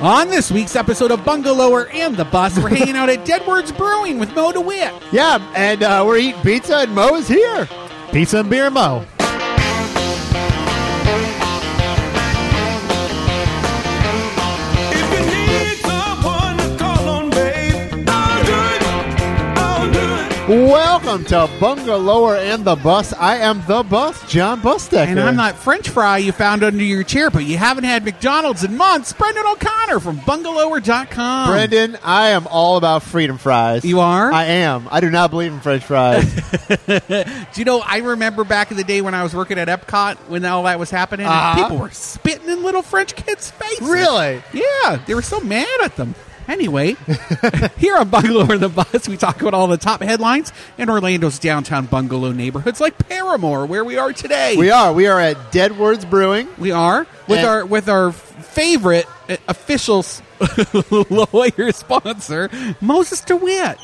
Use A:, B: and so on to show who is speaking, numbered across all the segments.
A: On this week's episode of Bungalower and the Bus, we're hanging out at Deadward's Brewing with Mo DeWitt.
B: Yeah, and uh, we're eating pizza, and Mo is here. Pizza and beer, Mo.
C: If you need someone to call on, babe, I'll do it. I'll do it.
B: Welcome to Bungalower and the Bus. I am the Bus, John Bustecker.
A: And I'm not French fry you found under your chair, but you haven't had McDonald's in months. Brendan O'Connor from bungalower.com.
B: Brendan, I am all about freedom fries.
A: You are?
B: I am. I do not believe in French fries.
A: Do you know, I remember back in the day when I was working at Epcot when all that was happening, and
B: Uh-huh.
A: people were spitting in little French kids' faces.
B: Really?
A: Yeah, they were so mad at them. Anyway, here on Bungalow in the Bus, we talk about all the top headlines in Orlando's downtown bungalow neighborhoods like Paramore, where we are today.
B: we are. We are at Deadwoods Brewing.
A: We are with
B: And-
A: our with our favorite uh, official s- lawyer sponsor, Moses DeWitt.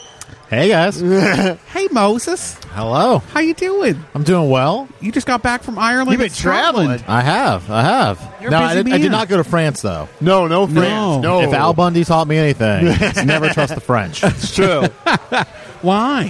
D: Hey guys.
A: Hey Moses,
D: Hello.
A: how you doing?
D: I'm doing well.
A: You just got back from Ireland.
B: You've been
A: and Scotland.
B: traveling.
D: I have. I have.
A: You're a
D: no,
A: busy
D: I, did, I
A: man.
D: did not go to France though.
B: No, no France. No.
D: If Al Bundy taught me anything, it's never trust the French.
B: It's true.
A: Why?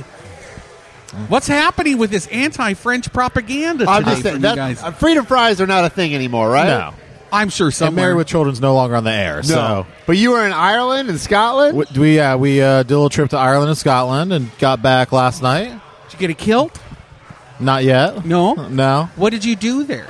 A: What's happening with this anti-French propaganda today
B: I'm just
A: from
B: saying,
A: you
B: that,
A: guys?
B: uh, freedom fries are not a thing anymore, right?
D: No.
A: I'm sure
D: And
A: somewhere.
D: Married with Children's no longer on the air.
B: No. But you were in Ireland and
D: So
B: Scotland?
D: w- we uh, we uh, did a little trip to Ireland and Scotland and got back last night.
A: did you get a kilt?
D: Not yet.
A: No.
D: No.
A: What did you do there?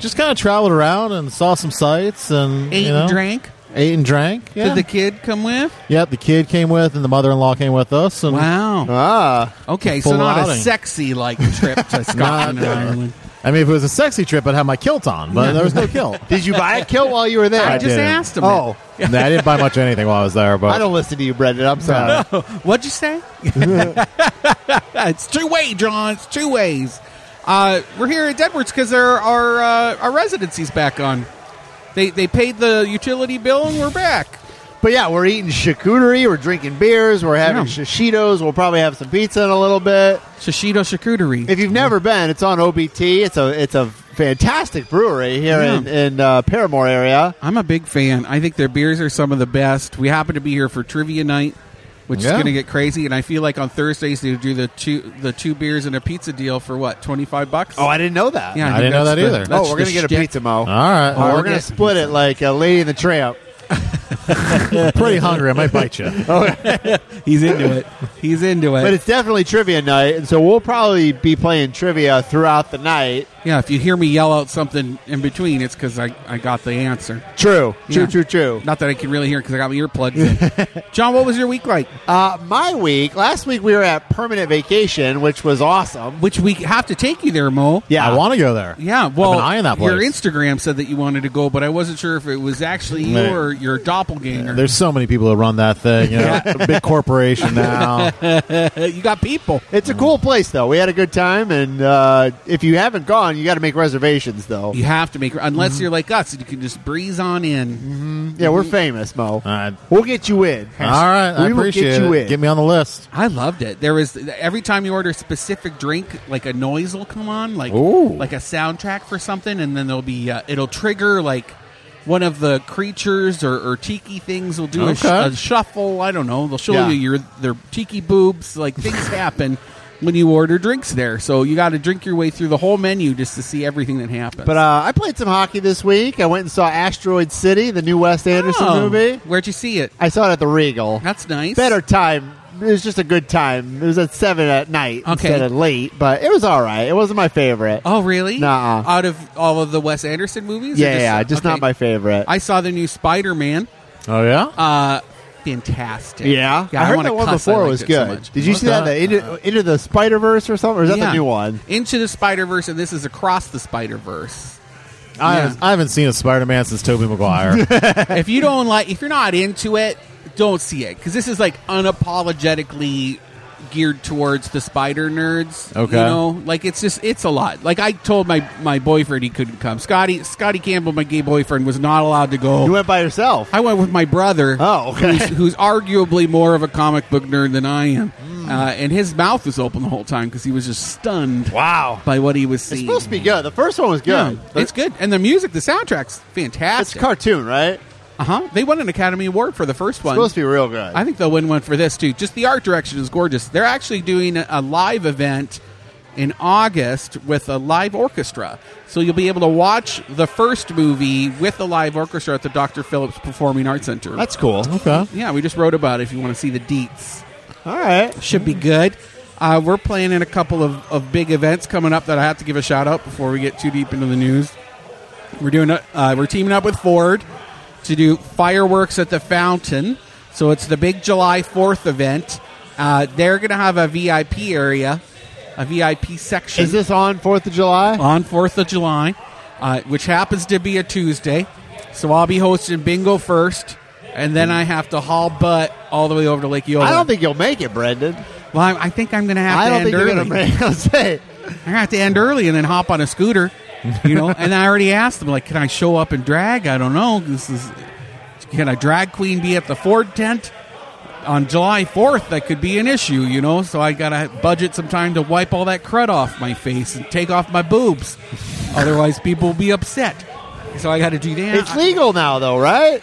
D: Just kind of traveled around and saw some sights and
A: Ate
D: you know,
A: and drank.
D: Ate and drank. Yeah.
A: Did the kid come with?
D: yep. The kid came with and the mother-in-law came with us. And
A: Wow.
B: Ah.
A: Okay, so
D: full
A: not a
D: outing.
A: sexy like trip to Scotland and Ireland.
D: I mean, if it was a sexy trip, I'd have my kilt on, but there was no kilt.
B: Did you buy a kilt while you were there?
A: I just
D: didn't.
A: asked him. that.
B: oh.
D: Nah, I didn't buy much of anything while I was there, but
B: I don't listen to you, Brendan. I'm sorry.
A: What'd you say? it's two way, John. It's two ways. Uh, we're here at Deadwards because our our uh, our residency's back on. They they paid the utility bill and we're back.
B: But yeah, we're eating charcuterie, we're drinking beers, we're having
A: Yeah.
B: shishitos, we'll probably have some pizza in a little bit.
A: Shishito Charcuterie.
B: If you've never been, it's on OBT. It's a it's a fantastic brewery here
A: Yeah.
B: in, in uh, Paramore area.
A: I'm a big fan. I think their beers are some of the best. We happen to be here for trivia night, which is
D: Yeah.
A: going to get crazy. And I feel like on Thursdays they do the two the two beers and a pizza deal for what twenty five bucks.
B: Oh, I didn't know that.
A: yeah,
D: I
A: think
D: didn't know
A: that's
D: that
A: the-
D: either.
A: that's
B: Oh, we're
A: the
B: gonna get a
A: shtick.
B: pizza, Mo.
D: All right.
B: Oh,
A: I'll
B: we're gonna
A: get
B: split it like a Lady and the Tramp.
D: I'm pretty hungry. I might bite you.
A: He's into it. He's into it.
B: But it's definitely trivia night, and so we'll probably be playing trivia throughout the night.
A: Yeah, if you hear me yell out something in between, it's because I, I got the answer.
B: True, true,
A: Yeah.
B: true, true.
A: Not that I can really hear because I got my earplugs in. John, what was your week like?
B: Uh, my week last week we were at permanent vacation, which was awesome.
A: Which we have to take you there, Mo.
B: Yeah,
D: I want to go there.
A: Yeah, well,
D: I've been eyeing that place.
A: your Instagram said that you wanted to go, but I wasn't sure if it was actually you
D: Man.
A: or your doppelganger.
D: There's so many people that run that thing. You know, a big corporation now.
A: Uh, you got people.
B: It's a cool place, though. We had a good time, and uh, if you haven't gone, you got to make reservations, though.
A: You have to make, unless you're like us, and you can just breeze on in.
B: Yeah, we're famous, Mo.
D: right.
B: We'll get you in.
D: All right, I
B: we will
D: appreciate
B: get you
D: it.
B: in.
D: Get me on the list.
A: I loved it. There was every time you order a specific drink, like a noise will come on, like
B: Ooh.
A: like a soundtrack for something, and then there'll be uh, it'll trigger like one of the creatures or, or tiki things will do a, sh-
D: Okay.
A: a shuffle. I don't know. They'll show
B: Yeah.
A: you your their tiki boobs. Like things happen when you order drinks there, so you got to drink your way through the whole menu just to see everything that happens.
B: but uh, I played some hockey this week. I went and saw Asteroid City, the new Wes Anderson
A: Oh,
B: movie.
A: Where'd you see it?
B: I saw it at the Regal.
A: That's nice.
B: Better time. It was just a good time. It was at seven at night
A: Okay.
B: instead of late, but it was all right. It wasn't my favorite.
A: Oh, really?
B: Nuh-uh.
A: Out of all of the Wes Anderson movies? or
B: yeah, yeah, just
A: okay.
B: not my favorite.
A: I saw the new Spider Man.
D: Oh yeah.
A: Uh, fantastic.
B: yeah? I heard
A: wanna
B: that one
A: cuss. I
B: before
A: liked
B: was
A: it so
B: good.
A: much. Uh,
B: Did you see that? The Into, Into the Spider Verse or something? Or is that
A: Yeah.
B: the new one?
A: Into the Spider Verse, and this is across the Spider Verse.
D: I,
A: yeah.
D: haven't, I haven't seen a Spider-Man since Tobey Maguire.
A: if you don't like, if you're not into it, don't see it because this is like unapologetically geared towards the spider nerds.
D: Okay.
A: you know, like it's just it's a lot. Like I told my my boyfriend he couldn't come. Scotty Scotty Campbell, my gay boyfriend, was not allowed to go.
B: You went by yourself.
A: I went with my brother.
B: Oh, okay.
A: who's, who's arguably more of a comic book nerd than I am,
B: Hmm.
A: uh, and his mouth was open the whole time because he was just stunned
B: Wow.
A: by what he was
B: It's
A: seeing.
B: supposed to be good. The first one was
A: Yeah,
B: good.
A: it's good, and the music, the soundtrack's
B: It's
A: fantastic.
B: cartoon, right?
A: Uh huh. They won an Academy Award for the first one.
B: Supposed to be real good.
A: I think they'll win one for this too. Just the art direction is gorgeous. They're actually doing a live event in August with a live orchestra. So you'll be able to watch the first movie with the live orchestra at the Dr. Phillips Performing Arts Center.
B: That's cool.
D: Okay.
A: yeah, we just wrote about it if you want to see the deets.
B: All right.
A: Should be good. Uh, we're planning a couple of, of big events coming up that I have to give a shout out before we get too deep into the news. We're doing a, uh, we're teaming up with Ford to do fireworks at the fountain. So it's the big July Fourth event. Uh, they're going to have a VIP area, a VIP section
B: Is this on Fourth of July?
A: on Fourth of July, uh, which happens to be a Tuesday. So I'll be hosting bingo first, and then I have to haul butt all the way over to Lake Yola.
B: I don't think you'll make it, Brendan.
A: Well, I, I think I'm going to have
B: I
A: to
B: don't
A: end
B: think you're
A: early.
B: gonna make it. Let's say.
A: I have to end early and then hop on a scooter, you know. and I already asked them, like, can I show up and drag? I don't know. This is can a drag queen be at the Ford tent on July fourth? That could be an issue, you know. So I gotta budget some time to wipe all that crud off my face and take off my boobs. Otherwise, people will be upset. So I got to do that.
B: It's legal now, though, right?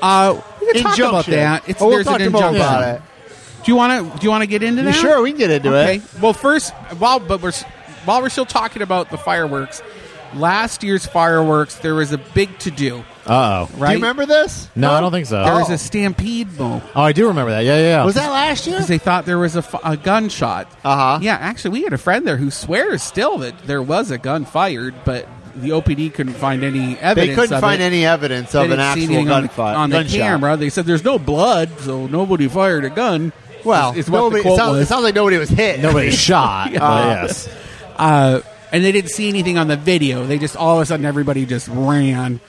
A: uh, we can talk about
B: Injunction.
A: that. It's
B: Oh, we'll
A: there's
B: talk
A: an
B: more
A: injunction.
B: about it.
A: Do you want to? Do you want to get into
B: You
A: that?
B: sure we can get into
A: okay.
B: it?
A: Well, first, while but we're while we're still talking about the fireworks, last year's fireworks there was a big to do,
D: Uh oh.
A: right?
B: Do you remember this?
D: No, I don't think so.
A: There
D: Oh.
A: was a stampede though
D: I do remember that. Yeah, yeah. yeah.
B: Was that last year?
A: because they thought there was a, f- a gunshot.
B: Uh-huh.
A: Yeah, actually, we had a friend there who swears still that there was a gun fired, but the OPD couldn't find any evidence.
B: They couldn't
A: of
B: find
A: it.
B: any evidence
A: They
B: of an
A: didn't see
B: actual
A: anything on the-
B: gunfight
A: on the,
B: gunshot.
A: camera. They said there's no blood, so nobody fired a gun.
B: Well,
A: is, is what
B: nobody,
A: the
B: it,
A: quote
B: sounds,
A: was.
B: it sounds like nobody was hit.
D: Nobody shot.
A: Yeah.
D: but yes.
A: Uh, and they didn't see anything on the video. They just all of a sudden everybody just ran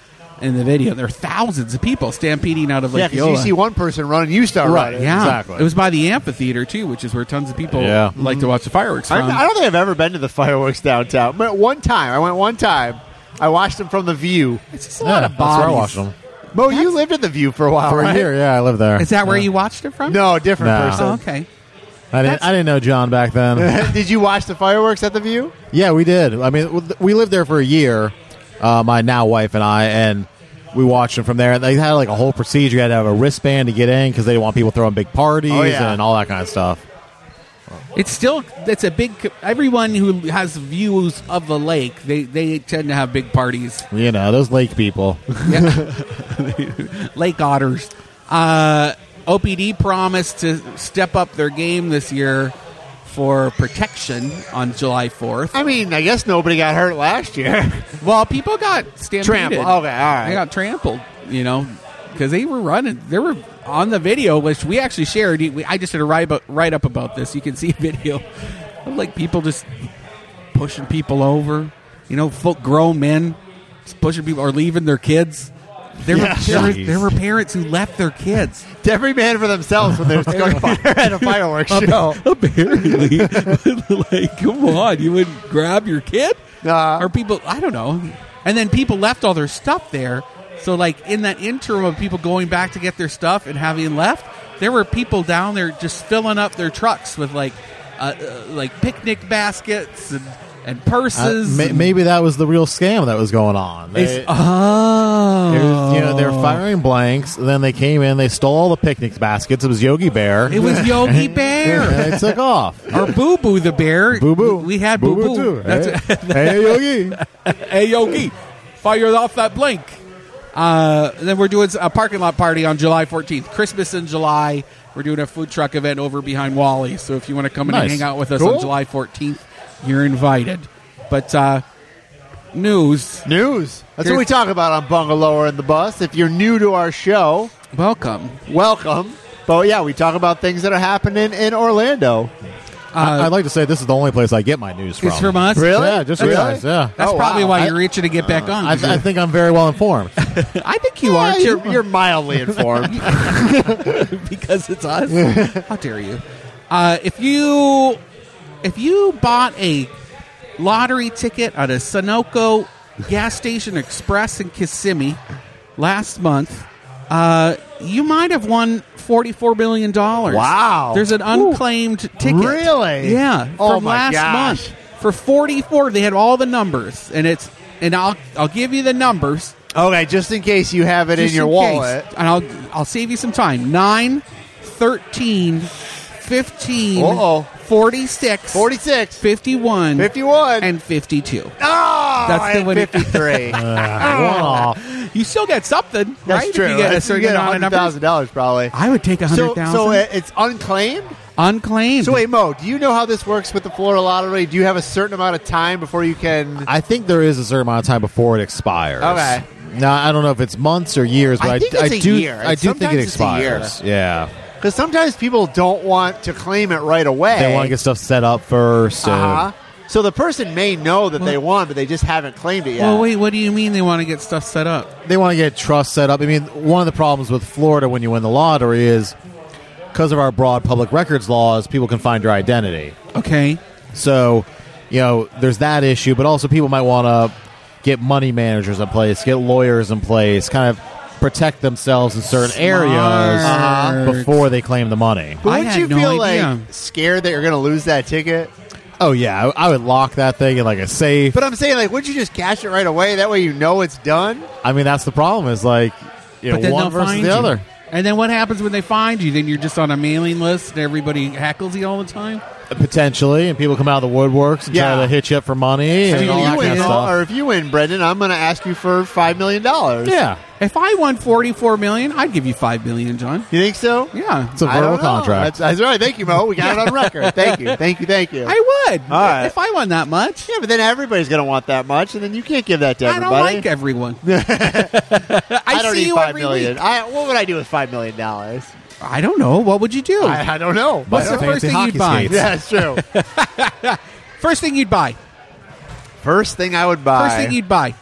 A: in the video. There are thousands of people stampeding out of
B: Yeah,
A: Lake
B: because you
A: Yola.
B: see one person running, you start
D: Right,
B: running.
A: yeah,
D: exactly.
A: It was by the amphitheater too, which is where tons of people
D: Yeah.
A: like to watch the fireworks
B: I,
A: from.
B: I don't think I've ever been to the fireworks downtown. But one time, I went one time. I watched them from the view.
A: it's just a
D: Yeah,
A: lot
D: that's
A: of
D: where I
A: bodies.
D: watched them.
B: Mo, you lived at the view for a while,
D: For a
B: right?
D: year, yeah, I lived there.
A: Is that where
D: Yeah.
A: you watched it from?
B: No, different
D: No.
A: Oh,
B: person.
A: okay.
D: I didn't. I didn't know John back then.
B: Did you watch the fireworks at the view?
D: yeah, we did. I mean, w- we lived there for a year. Uh, my now wife and I, and we watched them from there. And they had like a whole procedure. You had to have a wristband to get in because they didn't want people throwing big parties
B: Oh, yeah.
D: and all that kind of stuff.
A: It's still it's a big. Everyone who has views of the lake, they they tend to have big parties.
D: You know, those lake people.
A: Lake Otters. Uh, OPD promised to step up their game this year for protection on July 4th.
B: I mean, I guess nobody got hurt last year.
A: Well, people got stampeded.
B: Trampled. Okay, all right.
A: They got trampled, you know, because they were running. They were on the video, which we actually shared. We- I just did a write up, write up about this. You can see a video of like people just pushing people over, you know, full grown men just pushing people or leaving their kids. There,
B: Yeah.
A: were, there, were,
D: Jeez.
A: there were parents who left their kids.
B: Every man for themselves when there's gunfire at a fireworks show.
A: Apparently, like, come on, you would grab your kid,
B: Uh,
A: or people? I don't know. And then people left all their stuff there. So, like in that interim of people going back to get their stuff and having left, there were people down there just filling up their trucks with like, uh, uh, like picnic baskets and and
D: Uh,
A: purses.
D: ma-
A: and-
D: maybe that was the real scam that was going on. They,
A: It's- oh,
D: It was, you know, they're firing blanks. and Then they came in. They stole all the picnic baskets. It was Yogi Bear.
A: It was Yogi
D: and
A: Bear
D: they took off.
A: or Boo Boo the bear.
D: Boo boo.
A: We had
D: boo
A: Boo Boo.
D: too.
A: That's Uh,
D: Hey, hey, Yogi.
A: hey Yogi, fire off that blank. Uh, then we're doing a parking lot party on July 14th, Christmas in July. We're doing a food truck event over behind Wally. So if you want to come in and
D: Nice.
A: hang out with us
D: Cool.
A: on July 14th, you're invited. But uh, news,
B: News. That's what
A: Here's-
B: we talk about on Bungalower and the Bus. If you're new to our show,
A: welcome.
B: welcome. But yeah, we talk about things that are happening in Orlando.
D: I- I'd like to say this is the only place I get my news from.
A: It's from us.
B: Really?
D: Yeah, just
B: Really?
D: realized. Yeah. Oh,
A: That's
B: Oh,
A: probably
B: wow.
A: why
B: I- Uh,
A: you're itching to get back on.
D: I, I think I'm very well informed.
A: Oh. I think you
B: Yeah,
A: are too,
B: you're, you're mildly informed.
A: because it's us. How dare you? Uh, if you if you bought a lottery ticket at a Sunoco gas station express in Kissimmee last month, uh, you might have won forty four million dollars.
B: Wow.
A: There's an unclaimed ticket.
B: Really?
A: Yeah.
B: Oh
A: from
B: my
A: last
B: gosh.
A: month for forty four. They had all the numbers, and it's and I'll I'll give you the numbers.
B: Okay, just in case you have it
A: Just
B: in your
A: case.
B: wallet.
A: And I'll I'll save you some time. 9, 13, 15,
B: Uh-oh.
A: 46,
B: 46,
A: 51,
B: 51.
A: and 52.
B: oh,
A: That's the
B: and
A: winning-
B: 53.
D: One off.
A: You still get something,
B: That's
A: right? If
B: true.
A: You get a
B: That's- you
A: certain
B: get
A: amount of numbers.
B: $100,000 probably.
A: I would take a
B: So,
A: 100,000
B: so it- it's unclaimed?
A: unclaimed.
B: So wait, Mo, do you know how this works with the Florida lottery? Do you have a certain amount of time before you can?
D: I think there is a certain amount of time before it expires.
B: Okay.
D: Now I don't know if it's months or years, but
B: I
D: I,
B: think it's
D: I
B: a
D: do.
B: year.
D: I do think
B: Sometimes
D: it
B: it's a year.
D: expires. Yeah,
B: Because sometimes people don't want to claim it right away.
D: they want to get stuff set up first. and-
B: Uh-huh. So the person may know that they won, but they just haven't claimed it yet.
A: Well, wait, what do you mean they want to get stuff set up?
D: they want to get trust set up. I mean, one of the problems with Florida when you win the lottery is because of our broad public records laws, people can find your identity.
A: Okay.
D: So, you know, there's that issue, but also people might want to get money managers in place, get lawyers in place, kind of protect themselves in certain areas
A: Smart.
D: before they claim the money.
B: But
A: I
B: wouldn't
A: had
B: you
A: no
B: feel
A: idea.
B: like scared that you're going to lose that ticket?
D: Oh yeah, I, I would lock that thing in like a safe.
B: But I'm saying, like, would you just cash it right away? That way, you know it's done.
D: I mean, that's the problem is like you
A: But
D: know,
A: then
D: one
A: they'll
D: versus
A: find
D: the
A: you.
D: other.
A: And then what happens when they find you? Then you're just on a mailing list and everybody hackles you all the time?
D: Potentially, and people come out of the woodworks and
B: Yeah.
D: try to hit you up for money
A: So
D: and
A: you-
D: all
A: you
D: that
A: win
D: kind of
A: all-
D: stuff.
B: or if you win, Brendan, I'm going to ask you for five million dollars.
D: yeah,
A: If I won 44 million, I'd give you 5 million, John.
B: you think so?
A: Yeah.
D: it's a
B: I don't
D: verbal
B: know.
D: contract.
B: That's, that's right. Thank you, Mo. We got it on record. Thank you. Thank you. Thank you.
A: I would.
B: All right.
A: If I won that much,
B: yeah, but then everybody's going to want that much, and then you can't give that to
A: I don't
B: everybody.
A: like everyone. I,
B: I don't
A: see
B: need
A: you
B: five
A: every
B: million.
A: week.
B: I, what would I do with five million dollars?
A: I don't know. What would you do?
B: I, I don't know.
A: What's the
D: Fancy
A: first thing
D: hockey
A: you'd buy?
D: skates.
B: yeah, that's true.
A: First thing you'd buy.
B: First thing I would buy.
A: First thing you'd buy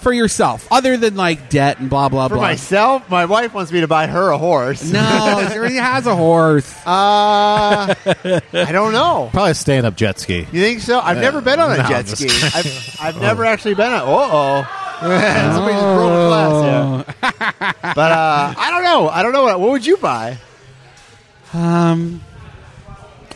A: for yourself, other than like debt and blah blah
B: for
A: blah.
B: myself, my wife wants me to buy her a horse.
A: No, she already has a horse.
B: Uh, I don't know.
D: Probably a stand-up jet ski.
B: You think so? I've never been on a
D: no, I'm
B: jet
D: just
B: ski. I've, I've never actually been on. Uh oh. Somebody just broke Oh. a glass there. But uh, I don't know. I don't know. What, what would you buy?
A: Um,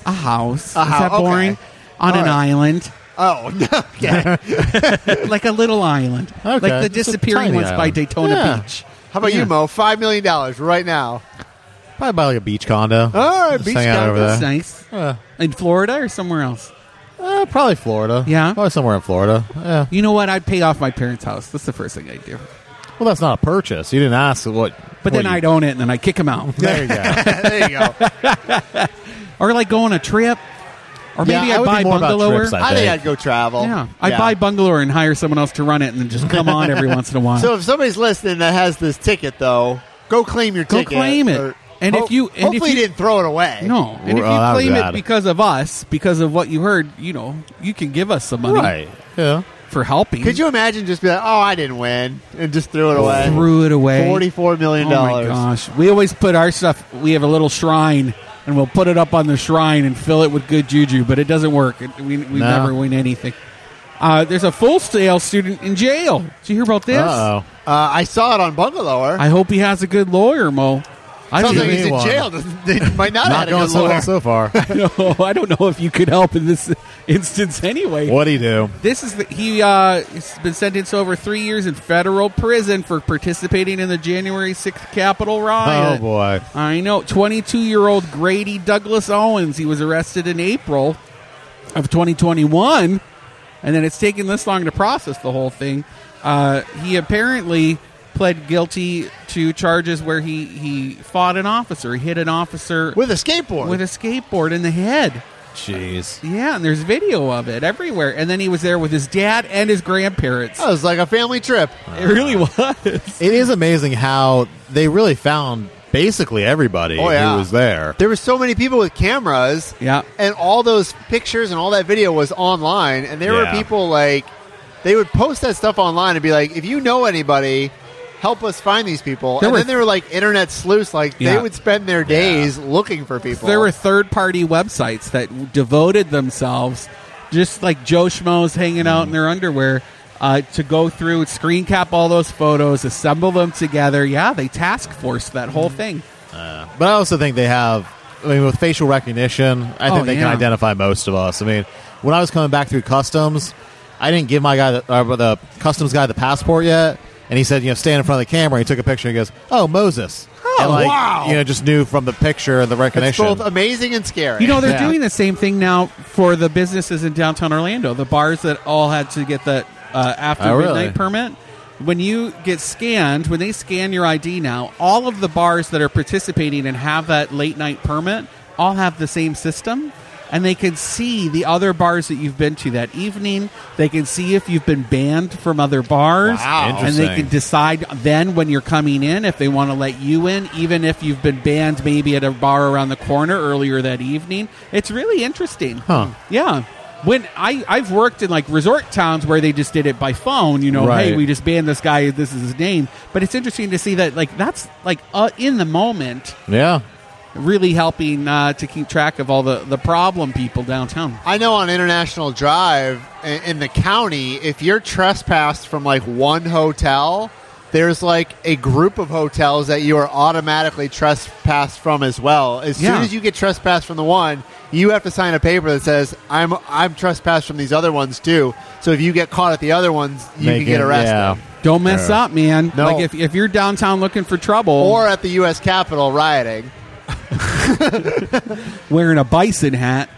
A: a house.
B: A
A: Is
B: hou-
A: that
B: okay.
A: boring? On
B: All
A: an
B: right.
A: island,
B: Oh, no. Okay.
A: like a little island,
D: Okay.
A: like the
D: Just a
A: disappearing
D: tiny
A: ones by
D: island.
A: Daytona
D: Yeah.
A: Beach.
B: How about
A: Yeah.
B: you, Mo? $5 million right now.
D: Probably buy like a beach condo.
B: All right,
D: Just
B: beach
D: hang out
B: condo.
D: over
A: That's
D: there.
A: nice. In Florida or somewhere else.
D: Uh, probably Florida.
A: Yeah.
D: probably somewhere in Florida. Yeah.
A: You know what? I'd pay off my parents' house. That's the first thing I'd do.
D: Well, that's not a purchase. You didn't ask what.
A: But then I'd own it and then I'd kick them out.
D: There you go.
B: there you go.
A: or like go on a trip. Or
D: Yeah,
A: maybe
D: I
A: I'd
D: would
A: buy
D: be more about
A: bungalower.
D: trips, I
B: I think
D: think.
B: I'd go travel.
A: yeah, I'd buy bungalower and hire someone else to run it and then just come on every once in a while.
B: So if somebody's listening that has this ticket, though, go claim your
A: Go
B: ticket.
A: claim it.
B: Or-
A: And if you- and if
B: hopefully
A: you-
B: didn't throw it away.
A: No, and if you
D: Well, that was
A: claim it
D: bad.
A: because of us, because of what you heard, you know, you can give us some money
D: right. Yeah.
A: for helping.
B: Could you imagine just be like, "Oh, I didn't win," and just threw it away?
A: threw it away?
B: Forty-four million
A: Oh my
B: dollars.
A: gosh! We always put our stuff. We have a little shrine, and we'll put it up on the shrine and fill it with good juju, but it doesn't work. It, we we
D: No.
A: never win anything. Uh, there's a full sale student in jail. Did you hear about this?
D: Uh
B: uh, I saw it on Bungalower.
A: I hope he has a good lawyer, Mo. I
B: Sounds
A: don't,
B: like he's in
D: Anyone.
B: jail. They might not, have
D: oh. Not
B: had a
D: going
B: good
D: so
B: lawyer.
D: well so far.
A: know, I don't know if you could help in this instance anyway.
D: what do you do?
A: This is the, he uh, has been sentenced to over three years in federal prison for participating in the January 6th Capitol
D: Oh
A: riot.
D: boy.
A: I know. 22 year old Grady Douglas Owens. He was arrested in April of 2021, and then it's taken this long to process the whole thing. Uh, he apparently pled guilty to charges where he, he fought an officer, he hit an officer
B: with a skateboard.
A: with a skateboard in the head.
D: Jeez.
A: Yeah, and there's video of it everywhere. And then he was there with his dad and his grandparents.
B: that was like a family trip.
A: It really was.
D: It is amazing how they really found basically everybody
B: Oh, yeah.
D: who was there.
B: There were so many people with cameras,
A: Yeah.
B: and all those pictures and all that video was online. And there
D: Yeah.
B: were people like they would post that stuff online and be like, "If you know anybody." Help us find these people,
A: There
B: and
A: were-
B: then they were like internet sleuths. Like
A: Yeah.
B: they would spend their days looking for people.
A: There were third party websites that devoted themselves, just like Joe Schmoes hanging out in their underwear, uh, to go through, screen cap all those photos, assemble them together. Yeah, they task forced that whole thing.
D: But I also think they have. I mean, with facial recognition, I think
A: Oh,
D: they
A: yeah.
D: can identify most of us. I mean, when I was coming back through customs, I didn't give my guy the, uh, the customs guy the passport yet, And he said, you know, stand in front of the camera. He took a picture. and He goes, oh, Moses. Oh,
A: wow.
D: You know, just knew from the picture and the
B: It's
D: recognition.
B: both amazing and scary.
A: You know, they're
D: Yeah.
A: doing the same thing now for the businesses in downtown Orlando. The bars that all had to get the uh, after
D: Oh, really?
A: midnight permit. When you get scanned, when they scan your ID now, all of the bars that are participating and have that late night permit all have the same system. And they can see the other bars that you've been to that evening. They can see if you've been banned from other bars.
D: Wow.
A: And they
D: Interesting.
A: can decide then when you're coming in if they want to let you in, even if you've been banned maybe at a bar around the corner earlier that evening. It's really interesting.
D: Huh.
A: Yeah. When I, I've worked in like resort towns where they just did it by phone, you know, hey,
D: Right.
A: we just banned this guy, this is his name. But it's interesting to see that like that's like uh, in the moment
D: yeah.
A: really helping uh, to keep track of all the, the problem people downtown.
B: I know on International Drive in, in the county, if you're trespassed from like one hotel, there's like a group of hotels that you are automatically trespassed from as well. As
A: Yeah.
B: soon as you get trespassed from the one, you have to sign a paper that says I'm I'm trespassed from these other ones too. So if you get caught at the other ones, you
D: Make
B: can get
D: it-
B: arrested.
D: yeah.
A: Don't mess
D: Sure.
A: up, man.
B: No.
A: Like if, if you're downtown looking for trouble
B: Or at the U.S. Capitol rioting.
A: wearing a bison hat.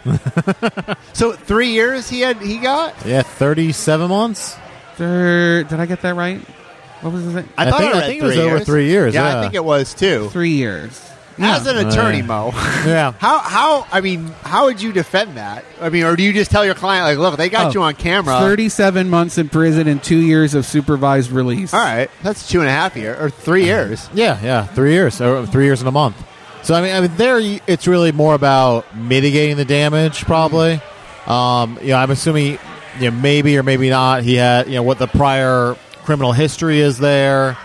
B: So three years he had he got.
D: Yeah. 37 months?
A: Thir- did I get that right? What was it?
D: I think-
B: read
D: I think it was over three years,
B: I
D: yeah.
B: think it was too.
A: Three years.
B: As an attorney, Mo,
D: Yeah.
B: how how I mean, how would you defend that? I mean, or do you just tell your client like, look, they got
A: Oh,
B: you on camera.
A: Thirty-seven months in prison and two years of supervised release.
B: All right, that's two and a half year or three years.
D: Yeah, yeah, three years, or three years and a month. So I mean, I mean, there you- it's really more about mitigating the damage,
A: Mm-hmm.
D: probably. Um, you know, I'm assuming, you know, maybe or maybe not. He had, you know, what the prior criminal history is there,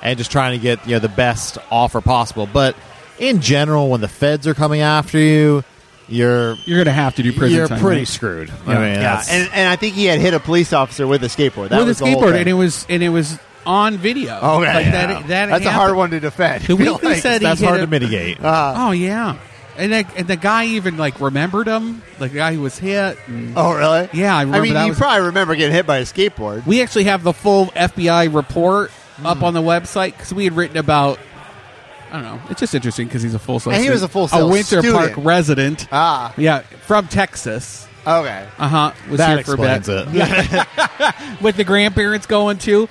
D: and just trying to get you know the best offer possible. But in general, when the feds are coming after you, you're
A: You're gonna have to do prison.
D: you're
A: time,
D: pretty
A: right?
D: screwed. I
A: Yeah.
D: mean,
B: Yeah,
D: that's-
B: and, and I think he had hit a police officer with a skateboard. That
A: with
B: was
A: a
B: the whole
A: skateboard,
B: thing.
A: and it was and it was on video.
B: okay,
A: Like,
B: yeah.
A: that, that
B: that's a hard
A: happened.
B: one to defend.
A: The
B: I feel
A: weekly said
D: that's
A: he hit
D: hard
A: a-
D: to mitigate.
A: Oh yeah, and that, and the guy even like remembered him. The guy who was hit. and-
B: oh, really?
A: Yeah, I remember
B: mean,
A: that
B: you
A: was-
B: probably remember getting hit by a skateboard.
A: we actually have the full FBI report
B: Hmm.
A: up on the website because we had written about. I don't know. It's just interesting because he's a full.
B: And he was a full-size
A: a Winter Park
B: student.
A: resident.
B: Ah,
A: Yeah, from Texas.
B: okay.
A: Uh huh. Was
D: that
A: here for a bit.
D: explains it.
A: With the grandparents going too.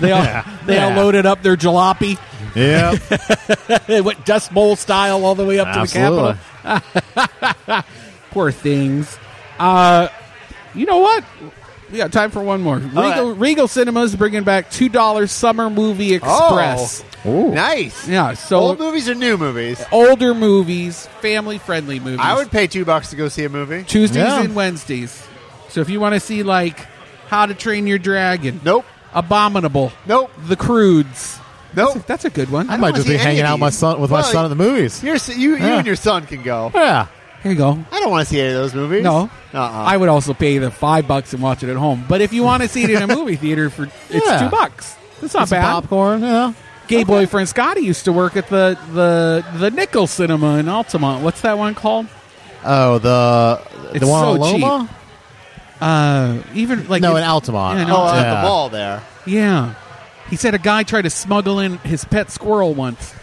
A: They all
D: Yeah.
A: they all
D: Yeah.
A: loaded up their jalopy.
D: yeah.
A: They went dust bowl style all the way up to the
D: Absolutely.
A: Capitol. Poor things. Uh, you know what? We got time for one more. Regal,
B: right.
A: Regal Cinemas bringing back two dollars summer movie express.
D: Ooh.
B: Nice.
A: Yeah, so
B: Old movies or new movies?
A: older movies, family friendly movies.
B: I would pay two bucks to go see a movie.
A: Tuesdays
D: Yeah.
A: and Wednesdays. So if you want to see like How to Train Your Dragon,
B: Nope.
A: Abominable,
B: Nope.
A: The Crudes.
B: Nope.
A: That's a good one.
D: I
A: There
D: might
B: wanna
D: just
B: see
D: be
B: any
D: hanging
B: of
D: out my
B: these.
D: son with my
B: Well,
D: son in the movies.
B: Your, s- you, you
D: Yeah.
B: and your son can go.
D: Yeah.
A: you go.
B: I don't want to see any of those movies.
A: No,
B: Uh-uh.
A: I would also pay the five bucks and watch it at home. But if you want to see it in a movie theater for it's
D: Yeah.
A: two bucks. That's not
D: Some
A: bad.
D: popcorn. Yeah.
A: Gay boyfriend Scotty used to work at the the the Nickel Cinema in Altamont. What's that one called?
D: Oh, the the
A: It's
D: one on
A: so
D: Loma.
A: Uh, even like
D: no,
A: it-
D: in Altamont.
A: Yeah, in
B: oh,
A: Altamont.
B: at
D: Yeah.
B: the mall there.
A: Yeah. He said a guy tried to smuggle in his pet squirrel once.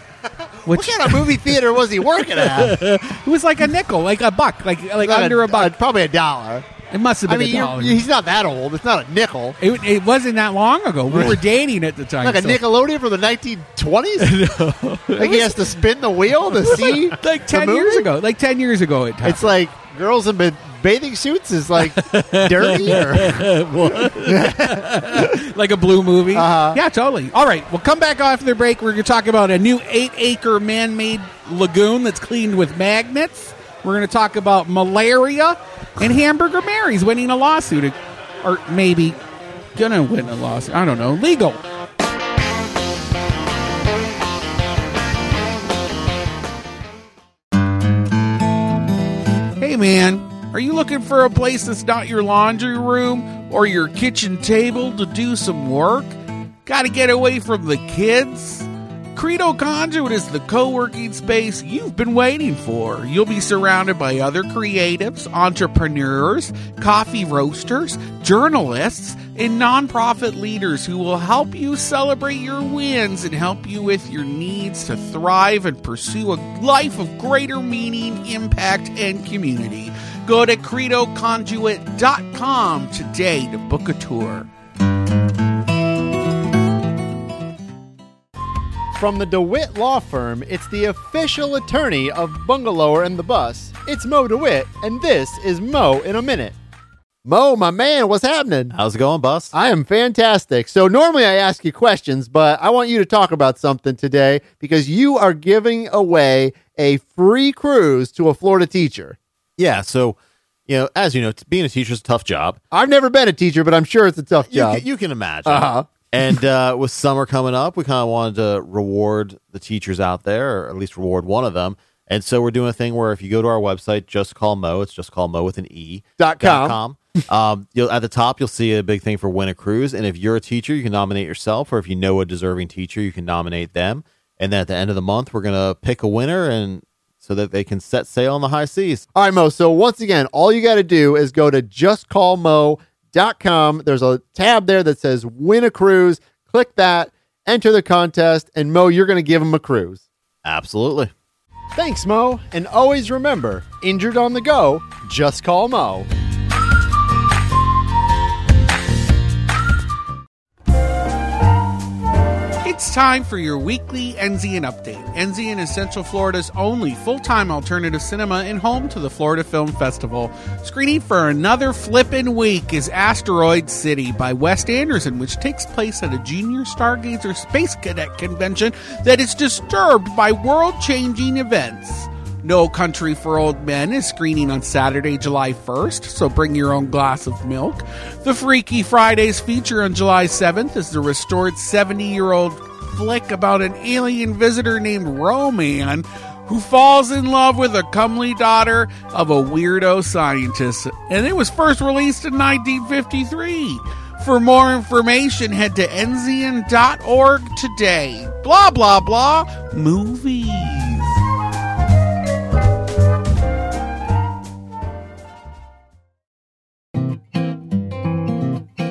B: What
A: Which
B: kind of movie theater was he working at?
A: it was like a nickel, like a buck, like like
B: Not
A: under a, buck.
B: probably a dollar.
A: it must have
B: I
A: been
B: mean,
A: a
B: you're-
A: dollar.
B: he's not that old. It's not a nickel.
A: It, it wasn't that long ago. We were dating at the time.
B: Like a
A: so-
B: Nickelodeon from the 1920s? Like he has to spin the wheel to see?
A: like
B: the
A: ten years
B: movie?
A: ago. Like ten years ago, it
B: It's like girls in ba- bathing suits is like dirty or
A: like a blue movie.
B: Uh-huh.
A: Yeah, totally. All right, we'll come back after the break. We're going to talk about a new eight-acre man-made lagoon that's cleaned with magnets. We're going to talk about malaria and Hamburger Mary's winning a lawsuit, or maybe gonna win a lawsuit. I don't know. Legal. Hey man, are you looking for a place that's not your laundry room or your kitchen table to do some work? Gotta get away from the kids? Credo Conduit is the co working space you've been waiting for. You'll be surrounded by other creatives, entrepreneurs, coffee roasters, journalists, and nonprofit leaders who will help you celebrate your wins and help you with your needs to thrive and pursue a life of greater meaning, impact, and community. Go to credoconduit.com today to book a tour.
B: From the DeWitt Law Firm, it's the official attorney of Bungalower and the Bus. It's Mo DeWitt, and this is Mo in a Minute. Mo, my man, what's happening? Uh,
D: How's it going, Bust?
B: I am fantastic. So normally I ask you questions, but I want you to talk about something today because you are giving away a free cruise to a Florida teacher.
D: yeah. So, you know, as you know, t- being a teacher is a tough job.
B: I've never been a teacher, but I'm sure it's a tough
D: You,
B: job.
D: can, you can imagine.
B: Uh-huh.
D: and uh, with summer coming up, we kind of wanted to reward the teachers out there, or at least reward one of them. And so we're doing a thing where if you go to our website, just call Mo. It's just call Mo with an e
B: Dot com.
D: com. um, you'll at the top you'll see a big thing for win a cruise, and if you're a teacher, you can nominate yourself, or if you know a deserving teacher, you can nominate them. And then at the end of the month, we're gonna pick a winner, and so that they can set sail on the high seas.
B: All right, Mo. So once again, all you got to do is go to justcallmo.com. There's a tab there that says win a cruise. Click that, enter the contest, and Mo, you're going to give him a cruise.
D: Absolutely.
B: Thanks, Mo. And always remember injured on the go, just call Mo.
A: It's time for your weekly Enzian update. Enzian is Central Florida's only full time alternative cinema and home to the Florida Film Festival. Screening for another flippin' week is Asteroid City by Wes Anderson, which takes place at a junior stargazer space cadet convention that is disturbed by world changing events. No Country for Old Men is screening on Saturday, July 1st, so bring your own glass of milk. The Freaky Fridays feature on July 7th is the restored 70 year old flick about an alien visitor named Roman who falls in love with a comely daughter of a weirdo scientist, and it was first released in 1953. For more information, head to enzian.org today. Blah, blah, blah. Movies.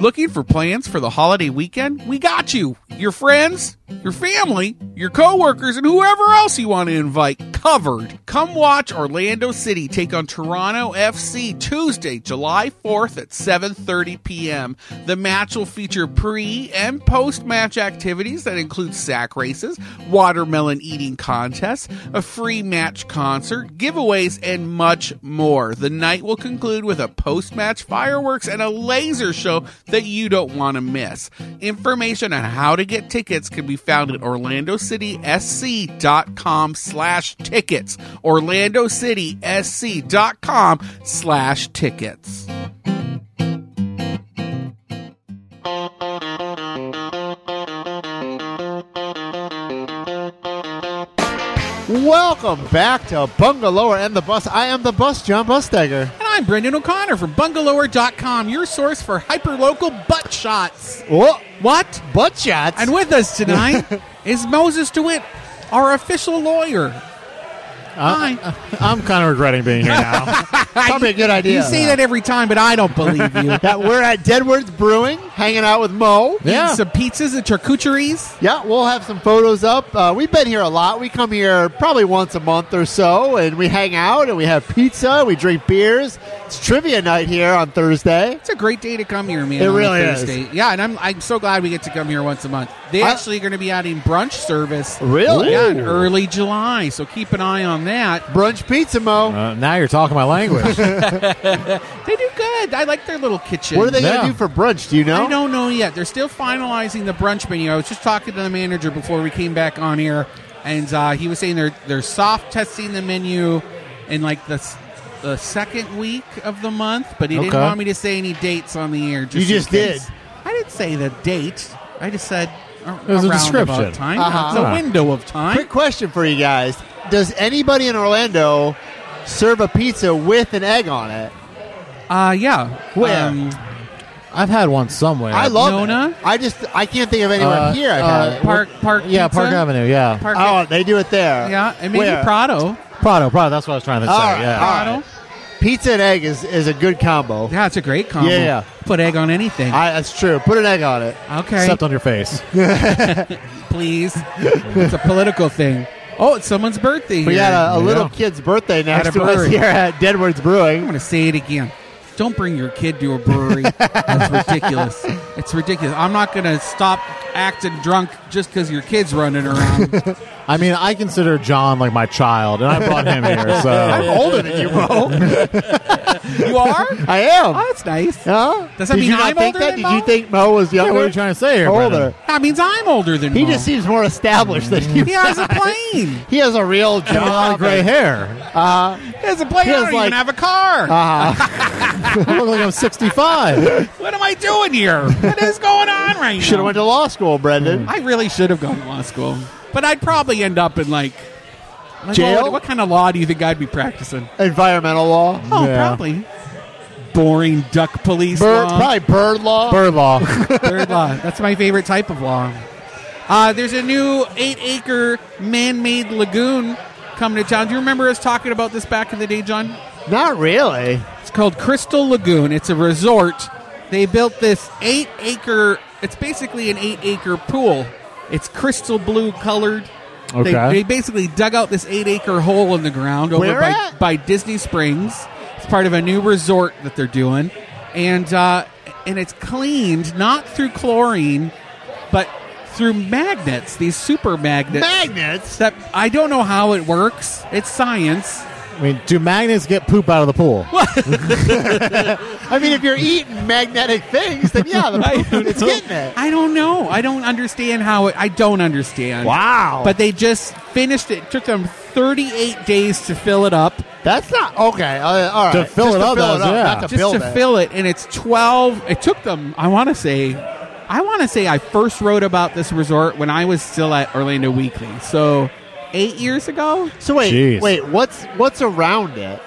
A: Looking for plans for the holiday weekend? We got you. Your friends, your family, your coworkers, and whoever else you want to invite covered. Come watch Orlando City take on Toronto FC Tuesday, July 4th at 7:30 p.m. The match will feature pre and post-match activities that include sack races, watermelon eating contests, a free match concert, giveaways, and much more. The night will conclude with a post match fireworks and a laser show that you don't want to miss. Information on how to get tickets can be found at orlandocitysc.com slash tickets. orlandocitysc.com slash tickets.
B: Welcome back to Bungalower and the Bus. I am the bus, John Bustegger.
A: And I'm Brendan O'Connor from bungalower.com, your source for hyperlocal butt shots.
B: What?
A: What?
B: Butt shots.
A: And with us tonight is Moses DeWitt, our official lawyer.
B: Uh,
A: Hi.
D: I'm kind of regretting being here now.
B: probably a good idea.
A: you say that every time, but I don't believe you.
B: that we're at Deadwoods Brewing, hanging out with Mo.
D: Yeah.
A: Eating some pizzas and charcuteries.
B: Yeah, we'll have some photos up. Uh, we've been here a lot. We come here probably once a month or so, and we hang out and we have pizza, we drink beers. It's trivia night here on Thursday.
A: It's a great day to come here, man.
B: It
A: on a
B: really is.
A: Thursday. Yeah, and I'm I'm so glad we get to come here once a month. They
B: I-
A: actually going to be adding brunch service.
B: Really?
A: Yeah, in early July. So keep an eye on that.
B: Brunch pizza, Mo.
D: Uh, now you're talking my language.
A: They do good. I like their little kitchen.
B: What are they going
D: Yeah.
B: to do for brunch? Do you know?
A: I don't know yet. They're still finalizing the brunch menu. I was just talking to the manager before we came back on air, and uh, he was saying they're they're soft testing the menu in like the s- the second week of the month, but he didn't
D: Okay.
A: want me to say any dates on the air. Just
B: You
A: in
B: just
A: case.
B: did.
A: I didn't say the date. I just said. a-
D: was a
A: around
D: description.
A: about Time.
B: Uh-huh.
A: It's a window of time.
B: Quick question for you guys Does anybody in Orlando serve a pizza with an egg on it?
A: Uh, yeah.
B: Where?
D: I've had one somewhere.
B: I love
A: Nona?
B: it. I just I can't think of anywhere
D: Uh,
B: here. I've
D: uh,
B: had it.
A: Park Park.
D: Yeah,
A: Pizza?
D: Park Avenue. Yeah,
A: Park.
B: Oh, they do it there.
A: yeah, and maybe
B: Where?
A: Prado.
D: Prado. Prado. That's what I was trying to say.
B: All right,
D: yeah.
B: all right. Pizza and egg is, is a good combo.
A: Yeah, it's a great combo.
B: Yeah, yeah.
A: Put egg on anything.
B: I, that's true. Put an egg on it.
A: okay.
D: Except on your face.
A: please. it's a political thing. Oh, it's someone's birthday.
B: We
A: here.
B: had a, a
D: Yeah.
B: little kid's birthday
A: At a
B: next to us
A: brewery.
B: here at Deadwood's
A: I'm
B: Brewing.
A: going to say it again. Don't bring your kid to a brewery. That's ridiculous. It's ridiculous. I'm not going to stop acting drunk just because your kid's running around.
D: I mean, I consider John like my child, and I brought him here.
B: I'm
D: So
B: older than you, bro.
A: you are?
B: I am.
A: Oh, that's nice.
B: Huh?
A: Does that
B: Did
A: mean
B: you not
A: I'm
B: think
A: older
B: that?
A: than
B: Did
A: Mo?
B: you think Mo was
D: Yeah,
B: younger?
D: what are you trying to say here?
B: Older.
D: Brendan?
A: That means I'm older than
B: He
A: Mo.
B: just seems more established than you.
A: He has a plane.
B: He has a real
D: A lot
B: job.
D: of gray hair.
A: He has a plane.
B: He
A: I
B: has
A: don't
B: like- uh,
A: even have a car.
D: I look like I'm 65.
A: what am I doing here? What is going on right
B: Should have
A: now?
B: went to law school, Brendan.
A: I really should have gone to law school, but I'd probably end up in like, like,
B: Jail?
A: What, what kind of law do you think I'd be practicing?
B: Environmental law.
A: Hmm. Oh,
D: Yeah.
A: probably boring duck police
B: Bird,
A: law.
B: probably bird law.
D: Bird law.
A: Bird law. That's my favorite type of law. Uh, there's a new eight-acre man-made lagoon coming to town. Do you remember us talking about this back in the day, John?
B: Not really.
A: It's called Crystal Lagoon. It's a resort. They built this eight acre, it's basically an eight acre pool. It's crystal blue colored. They,
D: Okay.
A: they basically dug out this eight acre hole in the ground over
B: Where
A: by,
B: at?
A: by Disney Springs. It's part of a new resort that they're doing. And, uh, and it's cleaned not through chlorine, but through magnets, these super magnets.
B: Magnets.
A: that I don't know how it works. It's science.
D: I mean, do magnets get poop out of the pool?
B: I mean, if you're eating magnetic things, then yeah, the
A: I don't
B: it's
A: know.
B: getting it.
A: I don't know. I don't understand how it. I don't understand.
B: Wow.
A: But they just finished it. it took them 38 days to fill it up,
B: that's not okay. uh, all right.
D: To fill
B: Just
D: it up, that was- yeah.
B: not to
A: just
B: build
A: to
B: it.
A: fill it. And it's 12. It took them. I want to say. I want to say I first wrote about this resort when I was still at Orlando Weekly. So eight years ago,
B: So wait,
D: Jeez.
B: wait. What's what's around it?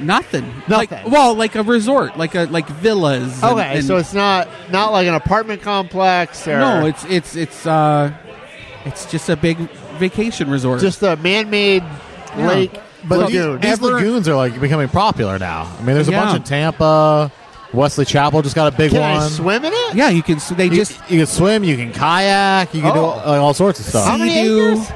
A: nothing. Like,
B: Nothing.
A: well, like a resort, like a like villas. and-
B: Okay,
A: and-
B: so it's not not like an apartment complex or
A: no, it's it's it's uh, it's just a big vacation resort.
B: just a man-made
A: Yeah.
B: lake.
A: But
D: Look,
A: you
B: lagoon.
D: these
A: ever-
D: lagoons are like becoming popular now. I mean, there's a
A: Yeah.
D: bunch in Tampa. Wesley Chapel just got a big
B: can
D: one.
B: I swim in it?
A: yeah, you can. s- They
D: You,
A: just
D: you can swim. You can kayak. You can do
B: Oh.
D: all, like, all sorts of
B: How
D: stuff.
B: many
A: Sea-Doo.
B: acres?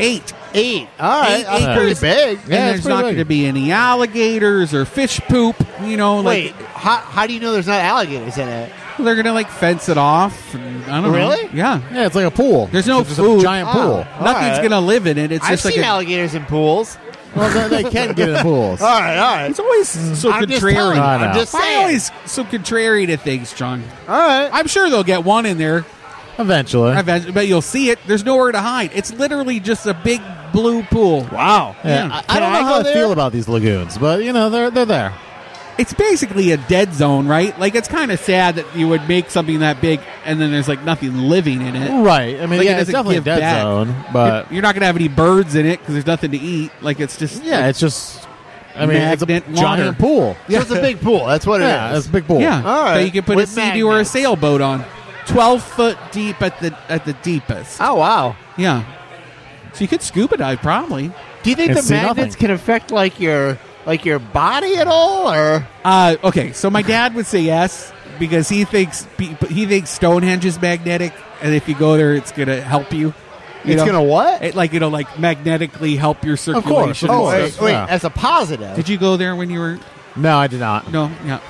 A: Eight.
B: Eight. All right,
A: Eight
B: that's
A: acres.
B: pretty big.
D: Yeah,
A: and
D: it's
A: there's
D: pretty
A: not
D: big.
A: going to be any alligators or fish poop. You know,
B: Wait,
A: like
B: how, how do you know there's not alligators in it?
A: they're going to like fence it off. and- I don't
B: Really?
A: know. Yeah.
D: Yeah, it's like a pool.
A: There's no
D: It's just
A: food.
D: A giant
B: Ah.
D: pool.
B: All
A: Nothing's
B: right.
A: going to live in it. It's
B: I've
A: just
B: seen
A: like a,
B: alligators in pools.
D: Well, they, they can get in pools.
B: All right, all right.
A: it's always so
B: I'm just telling
A: contrary.
B: you.
D: I
B: I'm
D: know.
B: just
A: Why
B: saying.
A: always so contrary to things, John?
B: all right.
A: I'm sure they'll get one in there,
D: Eventually.
A: eventually, but you'll see it. There's nowhere to hide. It's literally just a big blue pool.
B: Wow.
D: Yeah,
A: Yeah.
D: I, I
B: Can
D: don't know
B: I
D: how
B: go
D: I
B: there?
D: feel about these lagoons, but you know they're they're there.
A: It's basically a dead zone, right? Like it's kind of sad that you would make something that big and then there's like nothing living in it.
D: Right. I
A: Like,
D: mean,
A: it
D: yeah, it's
A: doesn't
D: definitely a
A: give
D: dead
A: back.
D: zone, but
A: you're not gonna have any birds in it because there's nothing to eat. Like it's just
D: yeah, it's just. I mean, it's a
A: Magnet water.
D: giant pool.
B: So it's a big pool. That's what
D: Yeah,
B: it
D: it's
B: is.
D: a big pool.
A: yeah.
B: All
A: That
B: right.
A: you can put
B: With
A: a sea-doo or a
B: magnets.
A: sailboat on. Twelve foot deep at the at the deepest.
B: oh wow.
A: Yeah, so you could scuba dive probably.
B: Do you think
D: And
B: the
D: see
B: magnets
D: nothing.
B: can affect like your like your body at all? Or
A: Uh, okay, so my dad would say yes because he thinks he thinks Stonehenge is magnetic, and if you go there, it's gonna help you. you
B: it's
A: know?
B: gonna what?
A: it, like it'll like magnetically help your
D: course,
A: circulation.
D: of
A: and
B: oh
D: course.
A: stuff.
B: wait, wait,
D: Yeah.
B: as a positive.
A: Did you go there when you were?
D: No, I did not.
A: No, yeah.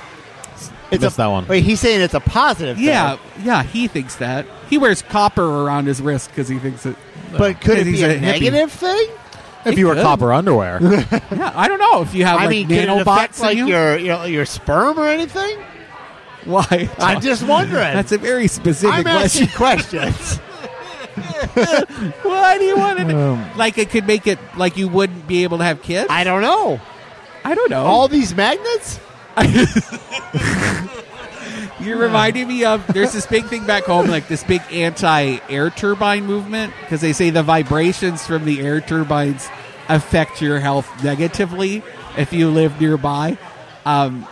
B: it's
D: missed
B: a,
D: that one.
B: Wait, he's saying it's a positive.
A: Yeah,
B: thing.
A: yeah, he thinks that. He wears copper around his wrist because he thinks it.
B: but could
A: Because
B: it
A: he's
B: be
A: a
B: a,
A: hippie.
B: negative thing?
D: If you were
A: could.
D: copper underwear,
A: Yeah, I don't know if you have
B: I
A: like
B: mean, could it affect
A: nanobots
B: like
A: in you.
B: your your your sperm or anything?
A: Why?
B: I'm just wondering.
A: That's a very specific
B: I'm
A: question.
B: asking questions.
A: Why do you want it?
D: Um,
A: like it could make it like you wouldn't be able to have kids.
B: I don't know.
A: I don't know.
B: All these magnets?
A: You're reminding me of there's this big thing back home, like this big anti-air turbine movement, because they say the vibrations from the air turbines affect your health negatively if you live nearby. Um,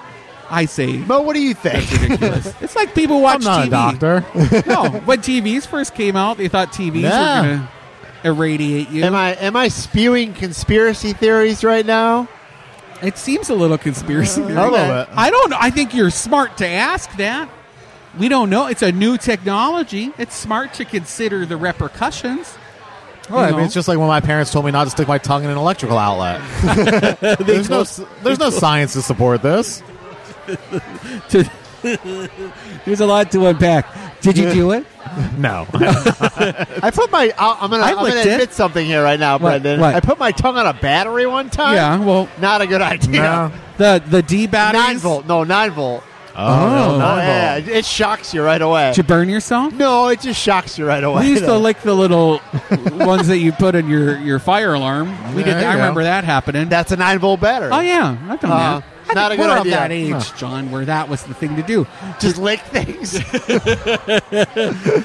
A: I say
B: Mo, what do you think?
A: it's like people watch TV.
D: I'm not a doctor.
A: no, when TVs first came out, they thought TVs
D: Yeah.
A: were going to irradiate you.
B: am I am I spewing conspiracy theories right now?
A: it seems a little conspiracy. theory.
D: A little bit.
A: I don't. I think you're smart to ask that. We don't know. It's a new technology. It's smart to consider the repercussions.
D: Well, I
A: You
D: mean,
A: know?
D: it's just like when my parents told me not to stick my tongue in an electrical outlet. there's no, there's no science to support this.
E: There's a lot to unpack. Did you do it?
D: No,
B: I put my I'll- I'm gonna
A: I
B: I am gonna
A: licked it.
B: admit something here right now,
E: What,
B: Brendan.
E: what?
B: I put my tongue on a battery one time.
A: Yeah. Well,
B: Not a good idea.
D: no.
A: the the D batteries.
B: Nine volt. No, nine volt.
D: Oh,
B: Oh,
D: no,
B: yeah, it it shocks you right away.
A: Did you burn yourself?
B: No, it just shocks you right away.
A: We used to
B: though.
A: lick the little ones that you put in your, your fire alarm. We
D: There
A: did.
D: you
A: I
D: go.
A: remember that happening.
B: That's a nine volt battery.
A: oh yeah, I've done
B: Uh,
A: that. I
B: not
A: think
B: a good
A: we're
B: idea.
A: Of that age, John, where that was the thing to do.
B: Just lick things.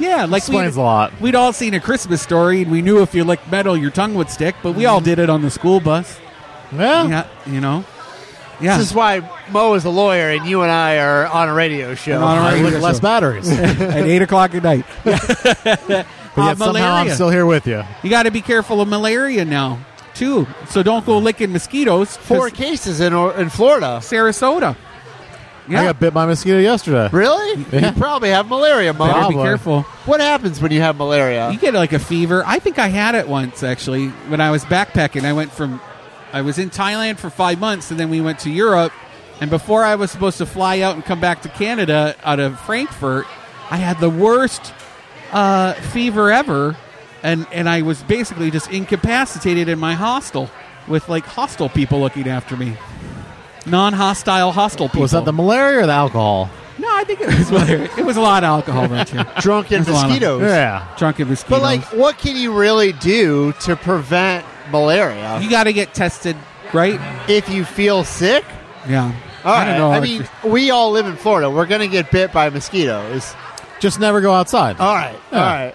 A: Yeah, like
D: explains
A: we'd,
D: a lot.
A: We'd all seen a Christmas story, and we knew if you licked metal, your tongue would stick. But we
B: Mm-hmm.
A: all did it on the school bus.
D: Yeah.
A: Yeah, you know. Yeah,
B: This is why Mo is a lawyer and you and I are on a radio show.
A: on a
D: I
A: radio
D: lick less batteries, but
A: at eight o'clock at night. Ah,
D: yet somehow I'm
A: malaria.
D: still here with you.
A: You got to be careful of malaria now too. So don't go licking mosquitoes. 'cause
B: Four cases in or- in Florida.
A: Sarasota.
D: I
A: Yeah,
D: got bit by a mosquito yesterday.
B: Really?
D: Yeah.
B: You probably have malaria, Mo.
A: better be
D: Probably.
A: careful.
B: What happens when you have malaria?
A: You get like a fever. I think I had it once actually when I was backpacking. I went from I was in Thailand for 5 months and then we went to Europe and before I was supposed to fly out and come back to Canada out of Frankfurt, I had the worst uh, fever ever and and I was basically just incapacitated in my hostel with like hostile people looking after me. Non-hostile hostile people.
D: Was that the malaria or the alcohol?
A: No, I think it was it was a lot of alcohol right here.
B: Drunken
A: There's a lot of-
B: mosquitoes.
D: Yeah.
A: Drunken mosquitoes.
B: But like, what can you really do to prevent malaria?
A: You got to get tested, right?
B: If you feel sick,
A: Yeah.
B: all right.
A: I don't know.
B: I
A: It's
B: mean,
A: just-
B: we all live in Florida. We're gonna get bit by mosquitoes.
D: Just never go outside.
B: All right, all right.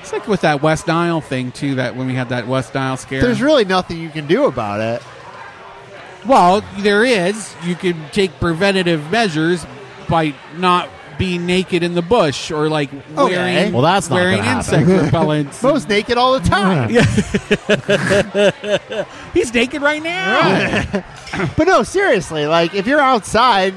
A: it's like with that West Nile thing too. That when we had that West Nile scare.
B: There's really nothing you can do about it.
A: well, there is. You can take preventative measures by not being naked in the bush or like
B: Okay.
A: wearing
D: Well, that's not
A: wearing
D: gonna
A: insect
D: happen.
A: repellents.
B: Mo's naked all the time.
A: He's naked right now.
B: But no, seriously, like if you're outside,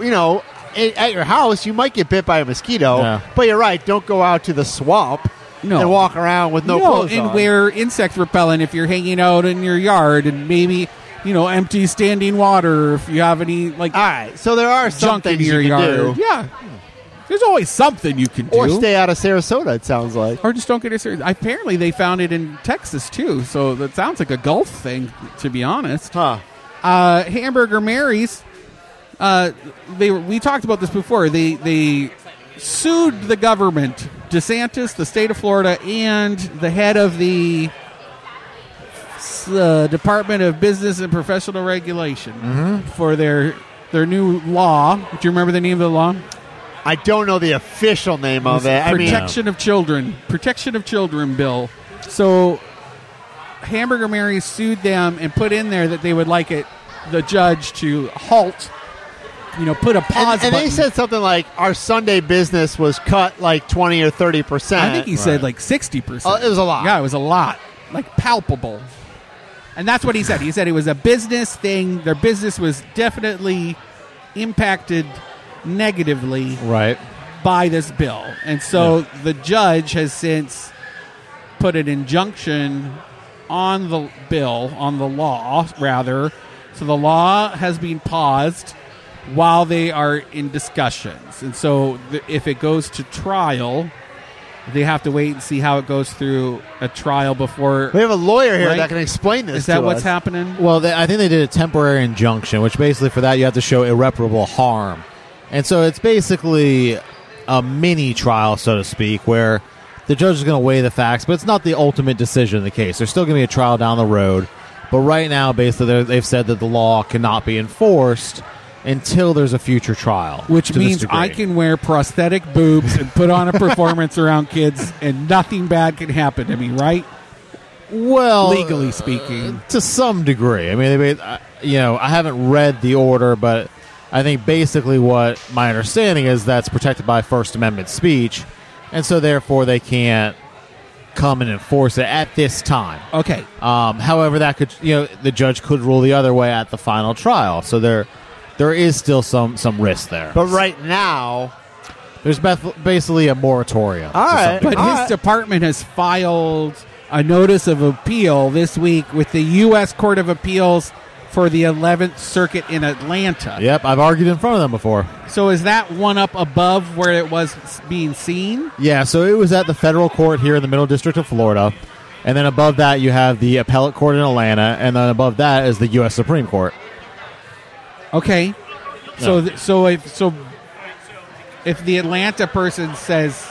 B: you know, a- at your house, you might get bit by a mosquito.
D: Yeah.
B: But you're right; don't go out to the swamp
A: No.
B: and walk around with no, clothes
A: and
B: on.
A: wear insect repellent if you're hanging out in your yard and maybe you know empty standing water if you have any like
B: all right, so there are Uh, some
A: junk in
B: things
A: your
B: you can
A: yard.
B: do,
A: Yeah, there's always something you can do.
B: or stay out of Sarasota. It sounds like.
A: or just don't get it serious. Apparently, they found it in Texas too, so that sounds like a Gulf thing, to be honest.
B: Huh.
A: Uh, Hamburger Mary's, uh, they we talked about this before. They they sued the government, DeSantis, the state of Florida, and the head of the uh, Department of Business and Professional Regulation for their their new law. Do you remember the name of the law?
B: I don't know the official name of it. I mean,
A: protection of children protection of children bill so hamburger mary sued them and put in there that they would like it the judge to halt you know put a pause
B: and, and they
A: button.
B: said something like our Sunday business was cut like twenty or thirty percent.
A: i think he said like 60%
B: Oh, it was a lot.
A: yeah it was a lot like palpable and that's what he said he said it was a business thing their business was definitely impacted negatively
D: Right.
A: by this bill. And so the judge has since put an injunction on the bill, on the law, rather. So the law has been paused while they are in discussions. And so th- if it goes to trial, they have to wait and see how it goes through a trial before.
B: we have a lawyer here
A: Right?
B: that can explain this.
A: Is that
B: to
A: what's
B: us.
A: happening?
D: Well, they, I think they did a temporary injunction, which basically for that you have to show irreparable harm, and so it's basically a mini trial, so to speak, where the judge is going to weigh the facts, but it's not the ultimate decision in the case. There's still going to be a trial down the road, but right now, basically, they're- they've said that the law cannot be enforced until there's a future trial,
A: Which
D: to this
A: means I
D: degree.
A: can wear prosthetic boobs and put on a performance around kids, and nothing bad can happen to me, right?
D: well
B: Oh.
A: Legally speaking.
D: to some degree. I mean, they made, I- you know, I haven't read the order, but I I think basically what my understanding is that's protected by First Amendment speech, and so therefore they can't come and enforce it at this time.
A: Okay.
D: Um, however, that could you know the judge could rule the other way at the final trial. So there, there is still some some risk there.
B: But right now,
D: There's beth- basically a moratorium.
B: All
D: to some
B: right.
D: degree.
A: But
B: All
A: his
B: right.
A: department has filed a notice of appeal this week with the U.S. Court of Appeals for the 11th Circuit in Atlanta.
D: Yep, I've argued in front of them before.
A: So is that one up above where it was being seen?
D: Yeah, so it was at the federal court here in the Middle District of Florida. And then above that, you have the appellate court in Atlanta. And then above that is the U.S. Supreme Court.
A: Okay. So th- so if so if the Atlanta person says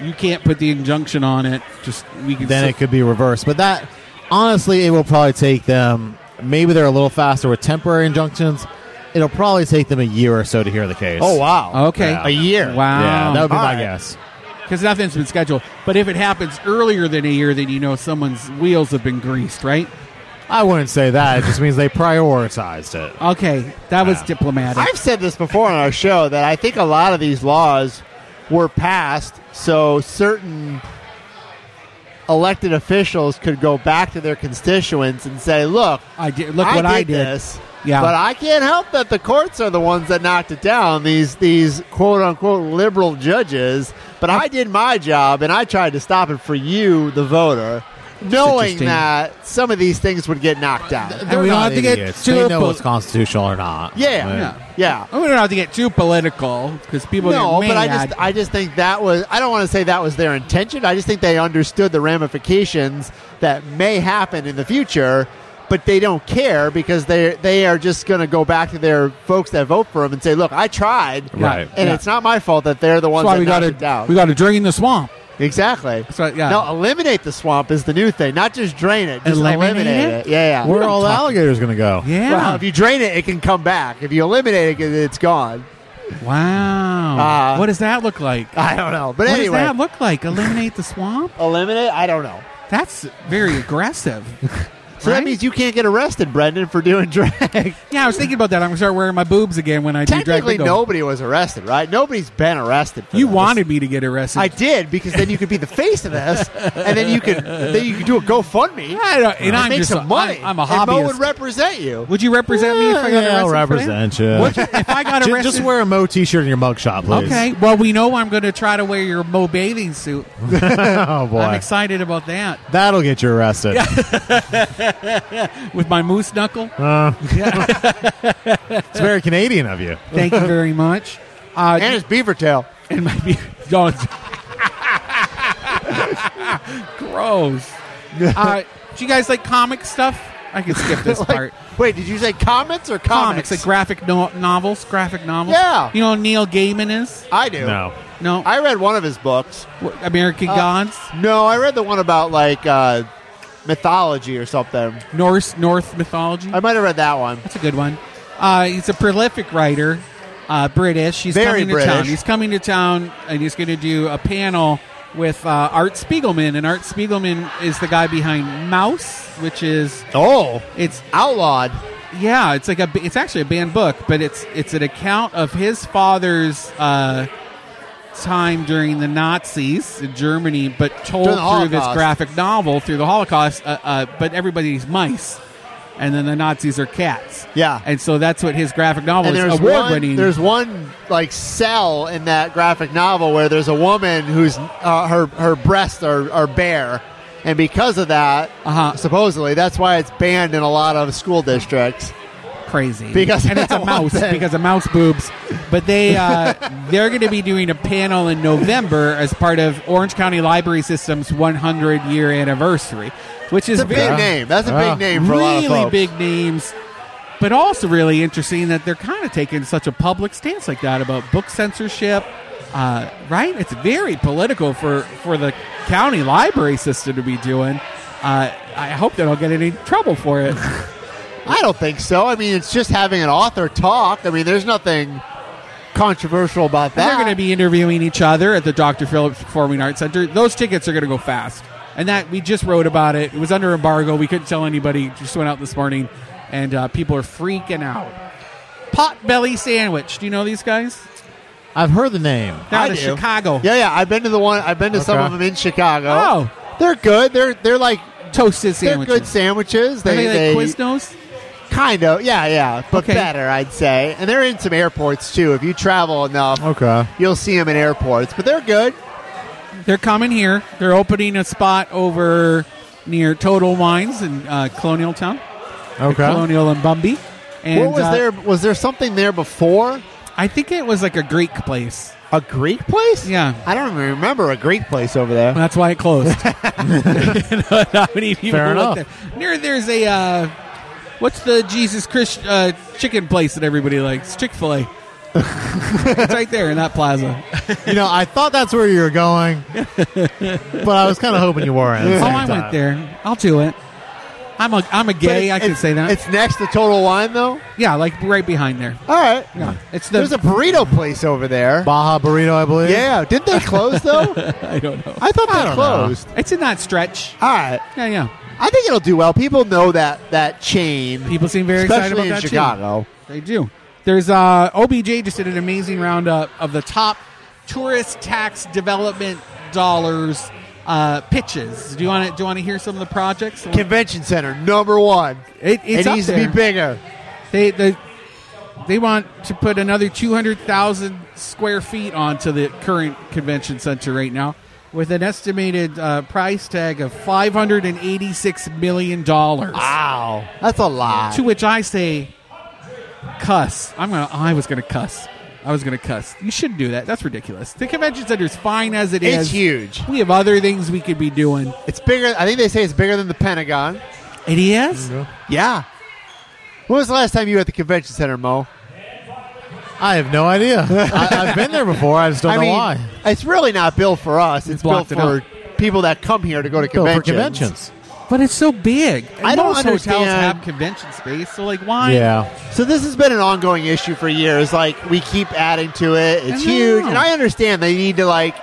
A: you can't put the injunction on it, just we can
D: Then
A: s-
D: it could be reversed. But that, honestly, it will probably take them, maybe they're a little faster with temporary injunctions. It'll probably take them a year or so to hear the case.
B: oh wow,
A: Okay.
D: Yeah.
B: a year.
D: Yeah,
A: Wow.
D: that would be
B: All
D: my
B: right.
D: guess.
A: Because nothing's been scheduled. But if it happens earlier than a year, then you know someone's wheels have been greased, right?
D: I wouldn't say that. It just means they prioritized it.
A: Okay, that was diplomatic.
B: I've said this before on our show that I think a lot of these laws were passed so certain elected officials could go back to their constituents and say, "Look,
A: I did. Look what I did.
B: This,
A: Yeah.
B: but I can't help that the courts are the ones that knocked it down. These these quote unquote liberal judges. But I did my job and I tried to stop it for you, the voter, knowing
A: interesting.
B: that some of these things would get knocked out.
D: They're
A: we don't
D: not
A: have to get
D: idiots.
A: too
D: They know
A: po-
D: what's constitutional or not.
B: Yeah,
A: Yeah.
B: yeah.
A: I don't have to get too political because people
B: No,
A: get
B: but I
A: mad.
B: just I just think that was I don't want to say that was their intention. I just think they understood the ramifications that may happen in the future, but they don't care because they they are just going to go back to their folks that vote for them and say, "Look, I tried."
D: Right.
B: And
A: Yeah.
B: it's not my fault that they're the ones
A: That's why
B: that
A: we got to
B: knocked it down.
A: we got to drain the swamp.
B: exactly.
A: That's right, yeah.
B: No, eliminate the swamp is the new thing. Not just drain it, just
A: Eliminate
B: eliminate,
A: it?
B: it? Yeah, yeah.
D: Where are all the alligators going to go?
A: Yeah.
B: Well, if you drain it, it can come back. If you eliminate it, it's gone.
A: wow.
B: Uh,
A: what does that look like?
B: I don't know. But
A: what
B: anyway,
A: does that look like? Eliminate the swamp?
B: eliminate. I don't know.
A: That's very aggressive.
B: So
A: Right?
B: that means you can't get arrested, Brendan, for doing drag.
A: Yeah, I was thinking about that. I'm gonna start wearing my boobs again when I do drag
B: Technically,
A: bingo.
B: nobody was arrested, right? Nobody's been arrested. For
A: You
B: this.
A: wanted me to get arrested.
B: I did because then you could be the face of this, and then you could then you could do a GoFundMe.
A: I don't- and
B: and
A: I'm
B: make
A: just
B: some
A: a-
B: money.
A: I'm- I'm a
B: And Mo
A: hobbyist.
B: would represent you.
A: Would you represent me if I got
D: Yeah, I'll
A: arrested? for that?
D: represent you.
A: Would you- If I got
D: Ju-
A: arrested,
D: Just wear a Mo t-shirt in your mugshot, please.
A: Okay. Well, we know I'm going to try to wear your Mo bathing suit.
D: Oh
A: I'm
D: boy,
A: excited about that
D: that'll get you arrested.
A: with my moose knuckle.
D: It's very Canadian of you.
A: Thank you very much. Uh,
B: And it's beaver tail.
A: and my be- don't. Gross. Uh, do you guys like comic stuff? I can skip this
B: Like-
A: part.
B: Wait, did you say comments or
A: Comics,
B: comics?
A: like graphic no- novels, graphic novels.
B: Yeah.
A: You know who Neil Gaiman is?
B: I do.
D: No,
A: No.
B: I uh, read one of his books.
A: What, American Gods?
B: No, I read the one about like uh, mythology or something.
A: Norse, North mythology?
B: I might have read that one.
A: That's a good one. Uh, he's a prolific writer, uh, British. He's
B: Very
A: coming to town.
B: British.
A: He's coming to town, and he's going to do a panel with uh, Art Spiegelman. And Art Spiegelman is the guy behind Mouse, which is
B: Oh,
A: it's
B: outlawed.
A: yeah, it's like a it's actually a banned book, but it's it's an account of his father's. Uh, Time during the Nazis in Germany, but told
B: During the
A: through this
B: Holocaust.
A: graphic novel through the Holocaust. Uh, uh, but everybody's mice, and then the Nazis are cats.
B: Yeah.
A: And so that's what his graphic novel
B: and
A: is
B: there's
A: award
B: one,
A: winning.
B: There's one like cell in that graphic novel where there's a woman who's uh, her her breasts are, are bare, and because of that,
A: Uh-huh.
B: supposedly that's why it's banned in a lot of school districts.
A: crazy
B: because
A: and it's a
B: that
A: mouse
B: one thing.
A: because of mouse boobs. But they uh, they're going to be doing a panel in November as part of Orange County Library System's 100 year anniversary, which is
B: It's a big
A: very-
B: name. That's a
D: Yeah.
B: big name for a lot
A: Uh-huh. really
B: of folks.
A: big names. But also really interesting that they're kind of taking such a public stance like that about book censorship, uh, right? It's very political for for the county library system to be doing. Uh, I hope they don't get any trouble for it.
B: I don't think so. I mean, it's just having an author talk. I mean, there's nothing controversial
A: And
B: about that.
A: They're going to be interviewing each other at the Dr. Phillips Performing Arts Center. Those tickets are going to go fast. And that we just wrote about it. It was under embargo. We couldn't tell anybody. Just went out this morning, and uh, people are freaking out. Pot Belly Sandwich. Do you know these guys?
D: I've heard the name.
A: They're out
B: I
A: of
B: do.
A: Chicago.
B: Yeah, yeah. I've been to the one. I've been to some
D: Okay.
B: of them in Chicago.
A: Oh.
B: they're good. They're they're like
A: Toasted
B: they're
A: sandwiches.
B: good sandwiches. They,
A: Are
B: they,
A: they like Quiznos?
B: kind of yeah yeah, but
A: Okay.
B: better I'd say. And they're in some airports too. If you travel enough,
D: Okay.
B: you'll see them in airports. But they're good.
A: They're coming here. They're opening a spot over near Total Wines in uh, Colonial Town,
D: Okay.
A: Colonial and Bumby. And
B: what was
A: uh,
B: there? Was there something there before?
A: I think it was like a Greek place.
B: A Greek place?
A: Yeah.
B: I don't even remember a Greek place over there.
A: That's why it closed. Not many people
D: Fair
A: went
D: enough.
A: there. Near there's a uh, what's the Jesus Christ uh, chicken place that everybody likes? Chick Fil A. it's right there in that plaza.
D: you know, I thought that's where you were going, but I was kind of hoping you weren't. at the
A: Oh,
D: same
A: I went
D: time.
A: there. I'll do it. I'm a I'm a
B: But
A: gay.
B: it-
A: I can
B: it's-
A: say that.
B: It's next to Total Wine, though.
A: yeah, like right behind there.
B: All right.
A: Yeah, it's the
B: There's a burrito place over there.
D: Baja Burrito, I believe.
B: Yeah. Did they close though?
A: I don't know.
B: I thought they
D: I don't know.
B: closed.
A: It's in that stretch.
B: All right.
A: Yeah, yeah.
B: I think it'll do well. People know that that chain,
A: People seem very excited
B: especially
A: about
B: in
A: that too.
B: Chicago.
A: They do. There's uh, OBJ just did an amazing roundup of the top tourist tax development dollars uh, pitches. Do you want to do you want to hear some of the projects?
B: Convention Center number one.
A: It, it's
B: it
A: up
B: needs
A: there.
B: to be bigger.
A: They they they want to put another two hundred thousand square feet onto the current convention center right now, with an estimated uh, price tag of five hundred and eighty six million dollars.
B: Wow, that's a lot.
A: To which I say, cuss. I'm gonna. I was gonna cuss. I was gonna cuss. You shouldn't do that. That's ridiculous. The convention center is fine as it
B: It's
A: is.
B: huge.
A: We have other things we could be doing.
B: It's bigger. I think they say it's bigger than the Pentagon.
A: It is.
B: Yeah. When was the last time you were at the convention center, Mo?
D: I have no idea. I, I've been there before. I just don't
B: I
D: know
B: mean,
D: why.
B: it's really not built for us. It's built
A: blocked it
B: for people that come here to go to
D: Go for
B: conventions.
D: conventions.
A: But it's so big. And
B: Mm-hmm. I don't
A: Most hotels
B: understand-
A: have convention space, so like why?
D: Yeah.
B: So this has been an ongoing issue for years. Like we keep adding to it. It's
A: I know.
B: huge, and I understand they need to like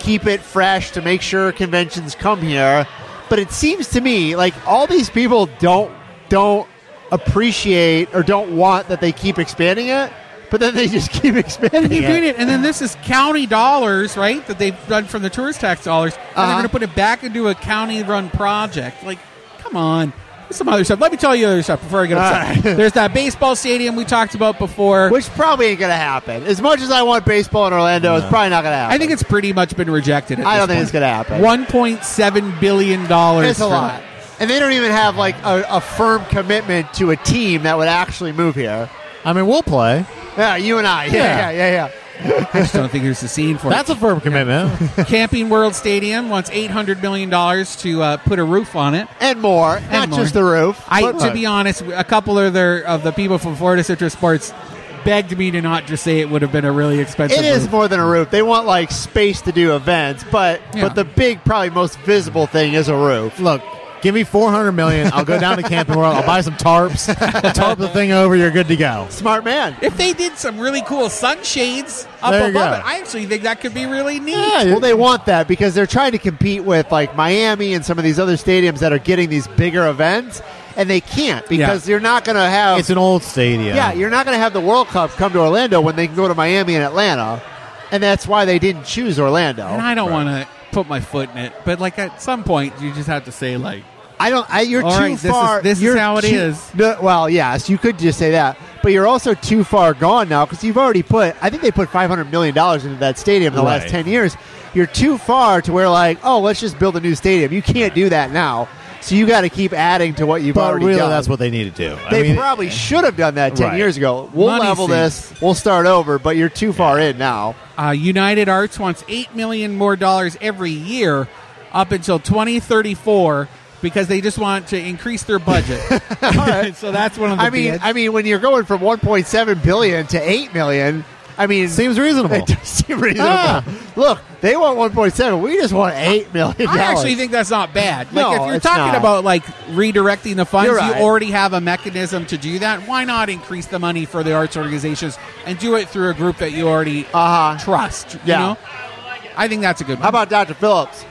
B: keep it fresh to make sure conventions come here. But it seems to me like all these people don't don't appreciate or don't want that they keep expanding it, but then they just keep expanding
A: Keep doing
B: it.
A: it. And then this is county dollars, right? That they've done from the tourist tax dollars, and they're
B: Uh-huh.
A: going to put it back into a county-run project. Like, come on. There's some other stuff. Let me tell you other stuff before I get upset.
B: All right.
A: There's that baseball stadium we talked about before.
B: Which probably ain't gonna happen. As much as I want baseball in Orlando, it's probably not gonna happen.
A: I think it's pretty much been rejected. At
B: I don't
A: this
B: think it's gonna happen.
A: One point seven billion dollars.
B: It's a lot. And they don't even have like a, a firm commitment to a team that would actually move here.
D: I mean, we'll play.
B: Yeah, you and I. Yeah, yeah,
D: Yeah.
B: yeah, yeah.
A: I just don't think there's a scene for
D: That's a firm commitment.
A: it. Camping World Stadium wants eight hundred million dollars to uh, put a roof on it.
B: And more. Not
A: more.
B: just the roof.
A: I,
B: but-
A: to be honest, a couple of their of the people from Florida Citrus Sports begged me to not just say it would have been a really expensive.
B: it is
A: roof.
B: more than a roof. They want like space to do events, but
A: Yeah.
B: but the big, probably most visible thing is a roof.
D: Look, give me four hundred million. I'll go down to Camping World. I'll buy some tarps. tarp the thing over. You're good to go.
B: Smart man.
A: If they did some really cool sunshades up
D: There you
A: above
D: go.
A: it, I actually think that could be really neat.
B: Well, they want that because they're trying to compete with like Miami and some of these other stadiums that are getting these bigger events, and they can't because you're not going to have
D: It's an old stadium.
B: Oh. Yeah, you're not going to have the World Cup come to Orlando when they can go to Miami and Atlanta, and that's why they didn't choose Orlando.
A: And I don't want to put my foot in it, but like at some point, you just have to say like,
B: I don't. I, you're
A: All
B: too
A: right, this is-
B: far.
A: this is
B: you're
A: how it
B: too-
A: is.
B: No, well, yes, you could just say that, but you're also too far gone now because you've already put. I think they put 500 million dollars into that stadium in the
D: Right.
B: last 10 years. You're too far to where like, oh, let's just build a new stadium. You can't do that now. So you got to keep adding to what you've
D: But
B: already
D: really,
B: done.
D: that's what they need to do. I
B: they
D: mean,
B: probably should have done that 10
D: Right.
B: years ago. We'll
A: Money
B: level
A: sinks.
B: this. We'll start over, but you're too far in now.
A: Uh, United Arts wants eight million more dollars every year up until 2034 because they just want to increase their budget. so that's one of the
B: I mean,
A: bids.
B: I mean, when you're going from 1.7 billion to 8 million, I mean,
D: seems reasonable.
B: it does seem reasonable.
D: Ah.
B: Look, they want 1.7. We just want 8 million.
A: I actually think that's not bad. Like
B: No,
A: if you're
B: it's
A: talking
B: not.
A: about like redirecting the funds,
B: You're right.
A: you already have a mechanism to do that. Why not increase the money for the arts organizations and do it through a group that you already
B: Uh huh.
A: trust? You
B: Yeah.
A: know? I think that's a good one.
B: How about Dr. Phillips?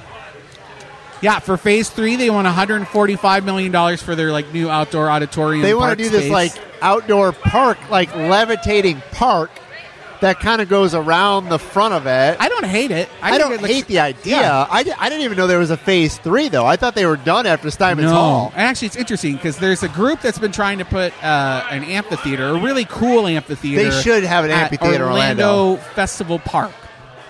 A: Yeah, for phase three, they want 145 million dollars for their like new outdoor auditorium.
B: They want
A: park
B: to do this
A: space.
B: like outdoor park, like levitating park that kind of goes around the front of it.
A: I don't hate it.
B: I,
A: think
B: don't
A: it looks-
B: hate the idea.
A: Yeah.
B: I, di- I didn't even know there was a phase three though. I thought they were done after Stuyvesant
A: No,
B: Hall.
A: and actually, it's interesting because there's a group that's been trying to put uh, an amphitheater, a really cool amphitheater.
B: They should have an
A: at
B: amphitheater,
A: Orlando, Festival Park,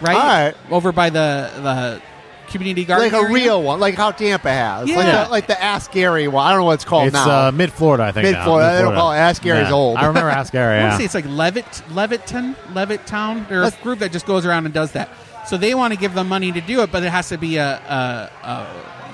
A: right?
B: All right.
A: over by the the community garden,
B: Like a
A: area.
B: real one, like how Tampa has, like
A: Yeah.
B: the, like the Ask Gary one. I don't know what it's called
D: It's
B: now.
D: uh, mid Florida, I think. now.
B: Mid-Florida. They don't
D: Mid-Florida.
B: call it Ask Gary's
D: Yeah.
B: old.
D: I remember Ask Gary.
A: I want
D: Yeah.
A: to say it's like Levitt, Levitton, Levittown. They're a
B: Let's-
A: group that just goes around and does that. So they want to give them money to do it, but it has to be a, a, a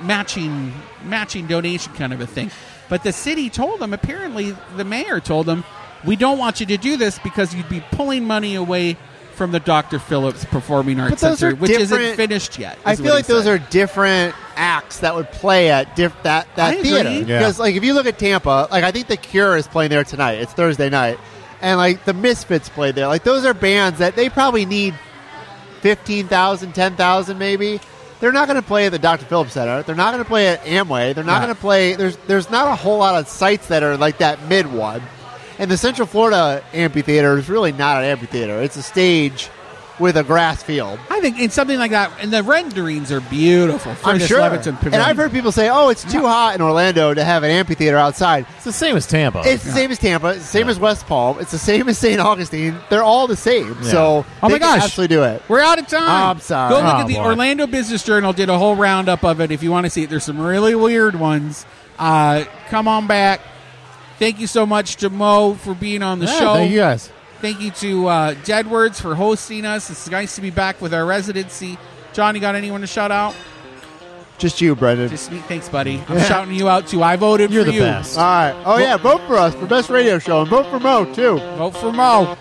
A: matching matching donation kind of a thing. But the city told them, apparently, the mayor told them, we don't want you to do this because you'd be pulling money away from the Dr. Phillips Performing Arts
B: those
A: Center,
B: are
A: which isn't
B: different-
A: finished yet.
B: I
A: is
B: feel
A: what he
B: like those
A: said.
B: are different acts that would play at diff- that
A: I
B: that
A: agree.
B: theater.
D: Yeah.
B: Because like if you look at Tampa, like I think the Cure is playing there tonight. It's Thursday night, and like the Misfits played there. Like those are bands that they probably need 15,000, 10,000 maybe. They're not going to play at the Dr. Phillips Center. They're not going to play at Amway. They're not
A: Yeah.
B: going to play. There's there's not a whole lot of sites that are like that mid one. And the Central Florida amphitheater is really not an amphitheater. It's a stage with a grass field.
A: I think in something like that, and the renderings are beautiful. for
B: I'm
A: this
B: sure.
A: Levittton
B: and I've
A: Pavilion.
B: heard people say, "Oh, it's too hot in Orlando to have an amphitheater outside."
D: it's the same as
A: Oh,
D: Tampa.
B: It's the same as Tampa. It's the same as West Palm. It's the same as St. Augustine. They're all the same.
D: Yeah.
B: So,
A: Oh
B: they
A: my
B: can
A: gosh.
B: absolutely do it.
A: We're out of time.
B: I'm sorry.
A: Go look
D: Oh,
A: at the
D: boy.
A: Orlando Business Journal. Did a whole roundup of it. If you want to see it, there's some really weird ones. Uh, come on back. Thank you so much to Mo for being on the
D: Yeah,
A: show.
D: Thank you guys.
A: Thank you to uh, Jedwards for hosting us. It's nice to be back with our residency. John, you got anyone to shout out?
B: Just you, Brendan.
A: Just me. Thanks, buddy. I'm shouting you out too. I voted
D: You're
A: for
D: the
A: you.
D: best.
B: all right. Oh yeah, vote for us for best radio show and vote for Mo too.
A: Vote for Mo.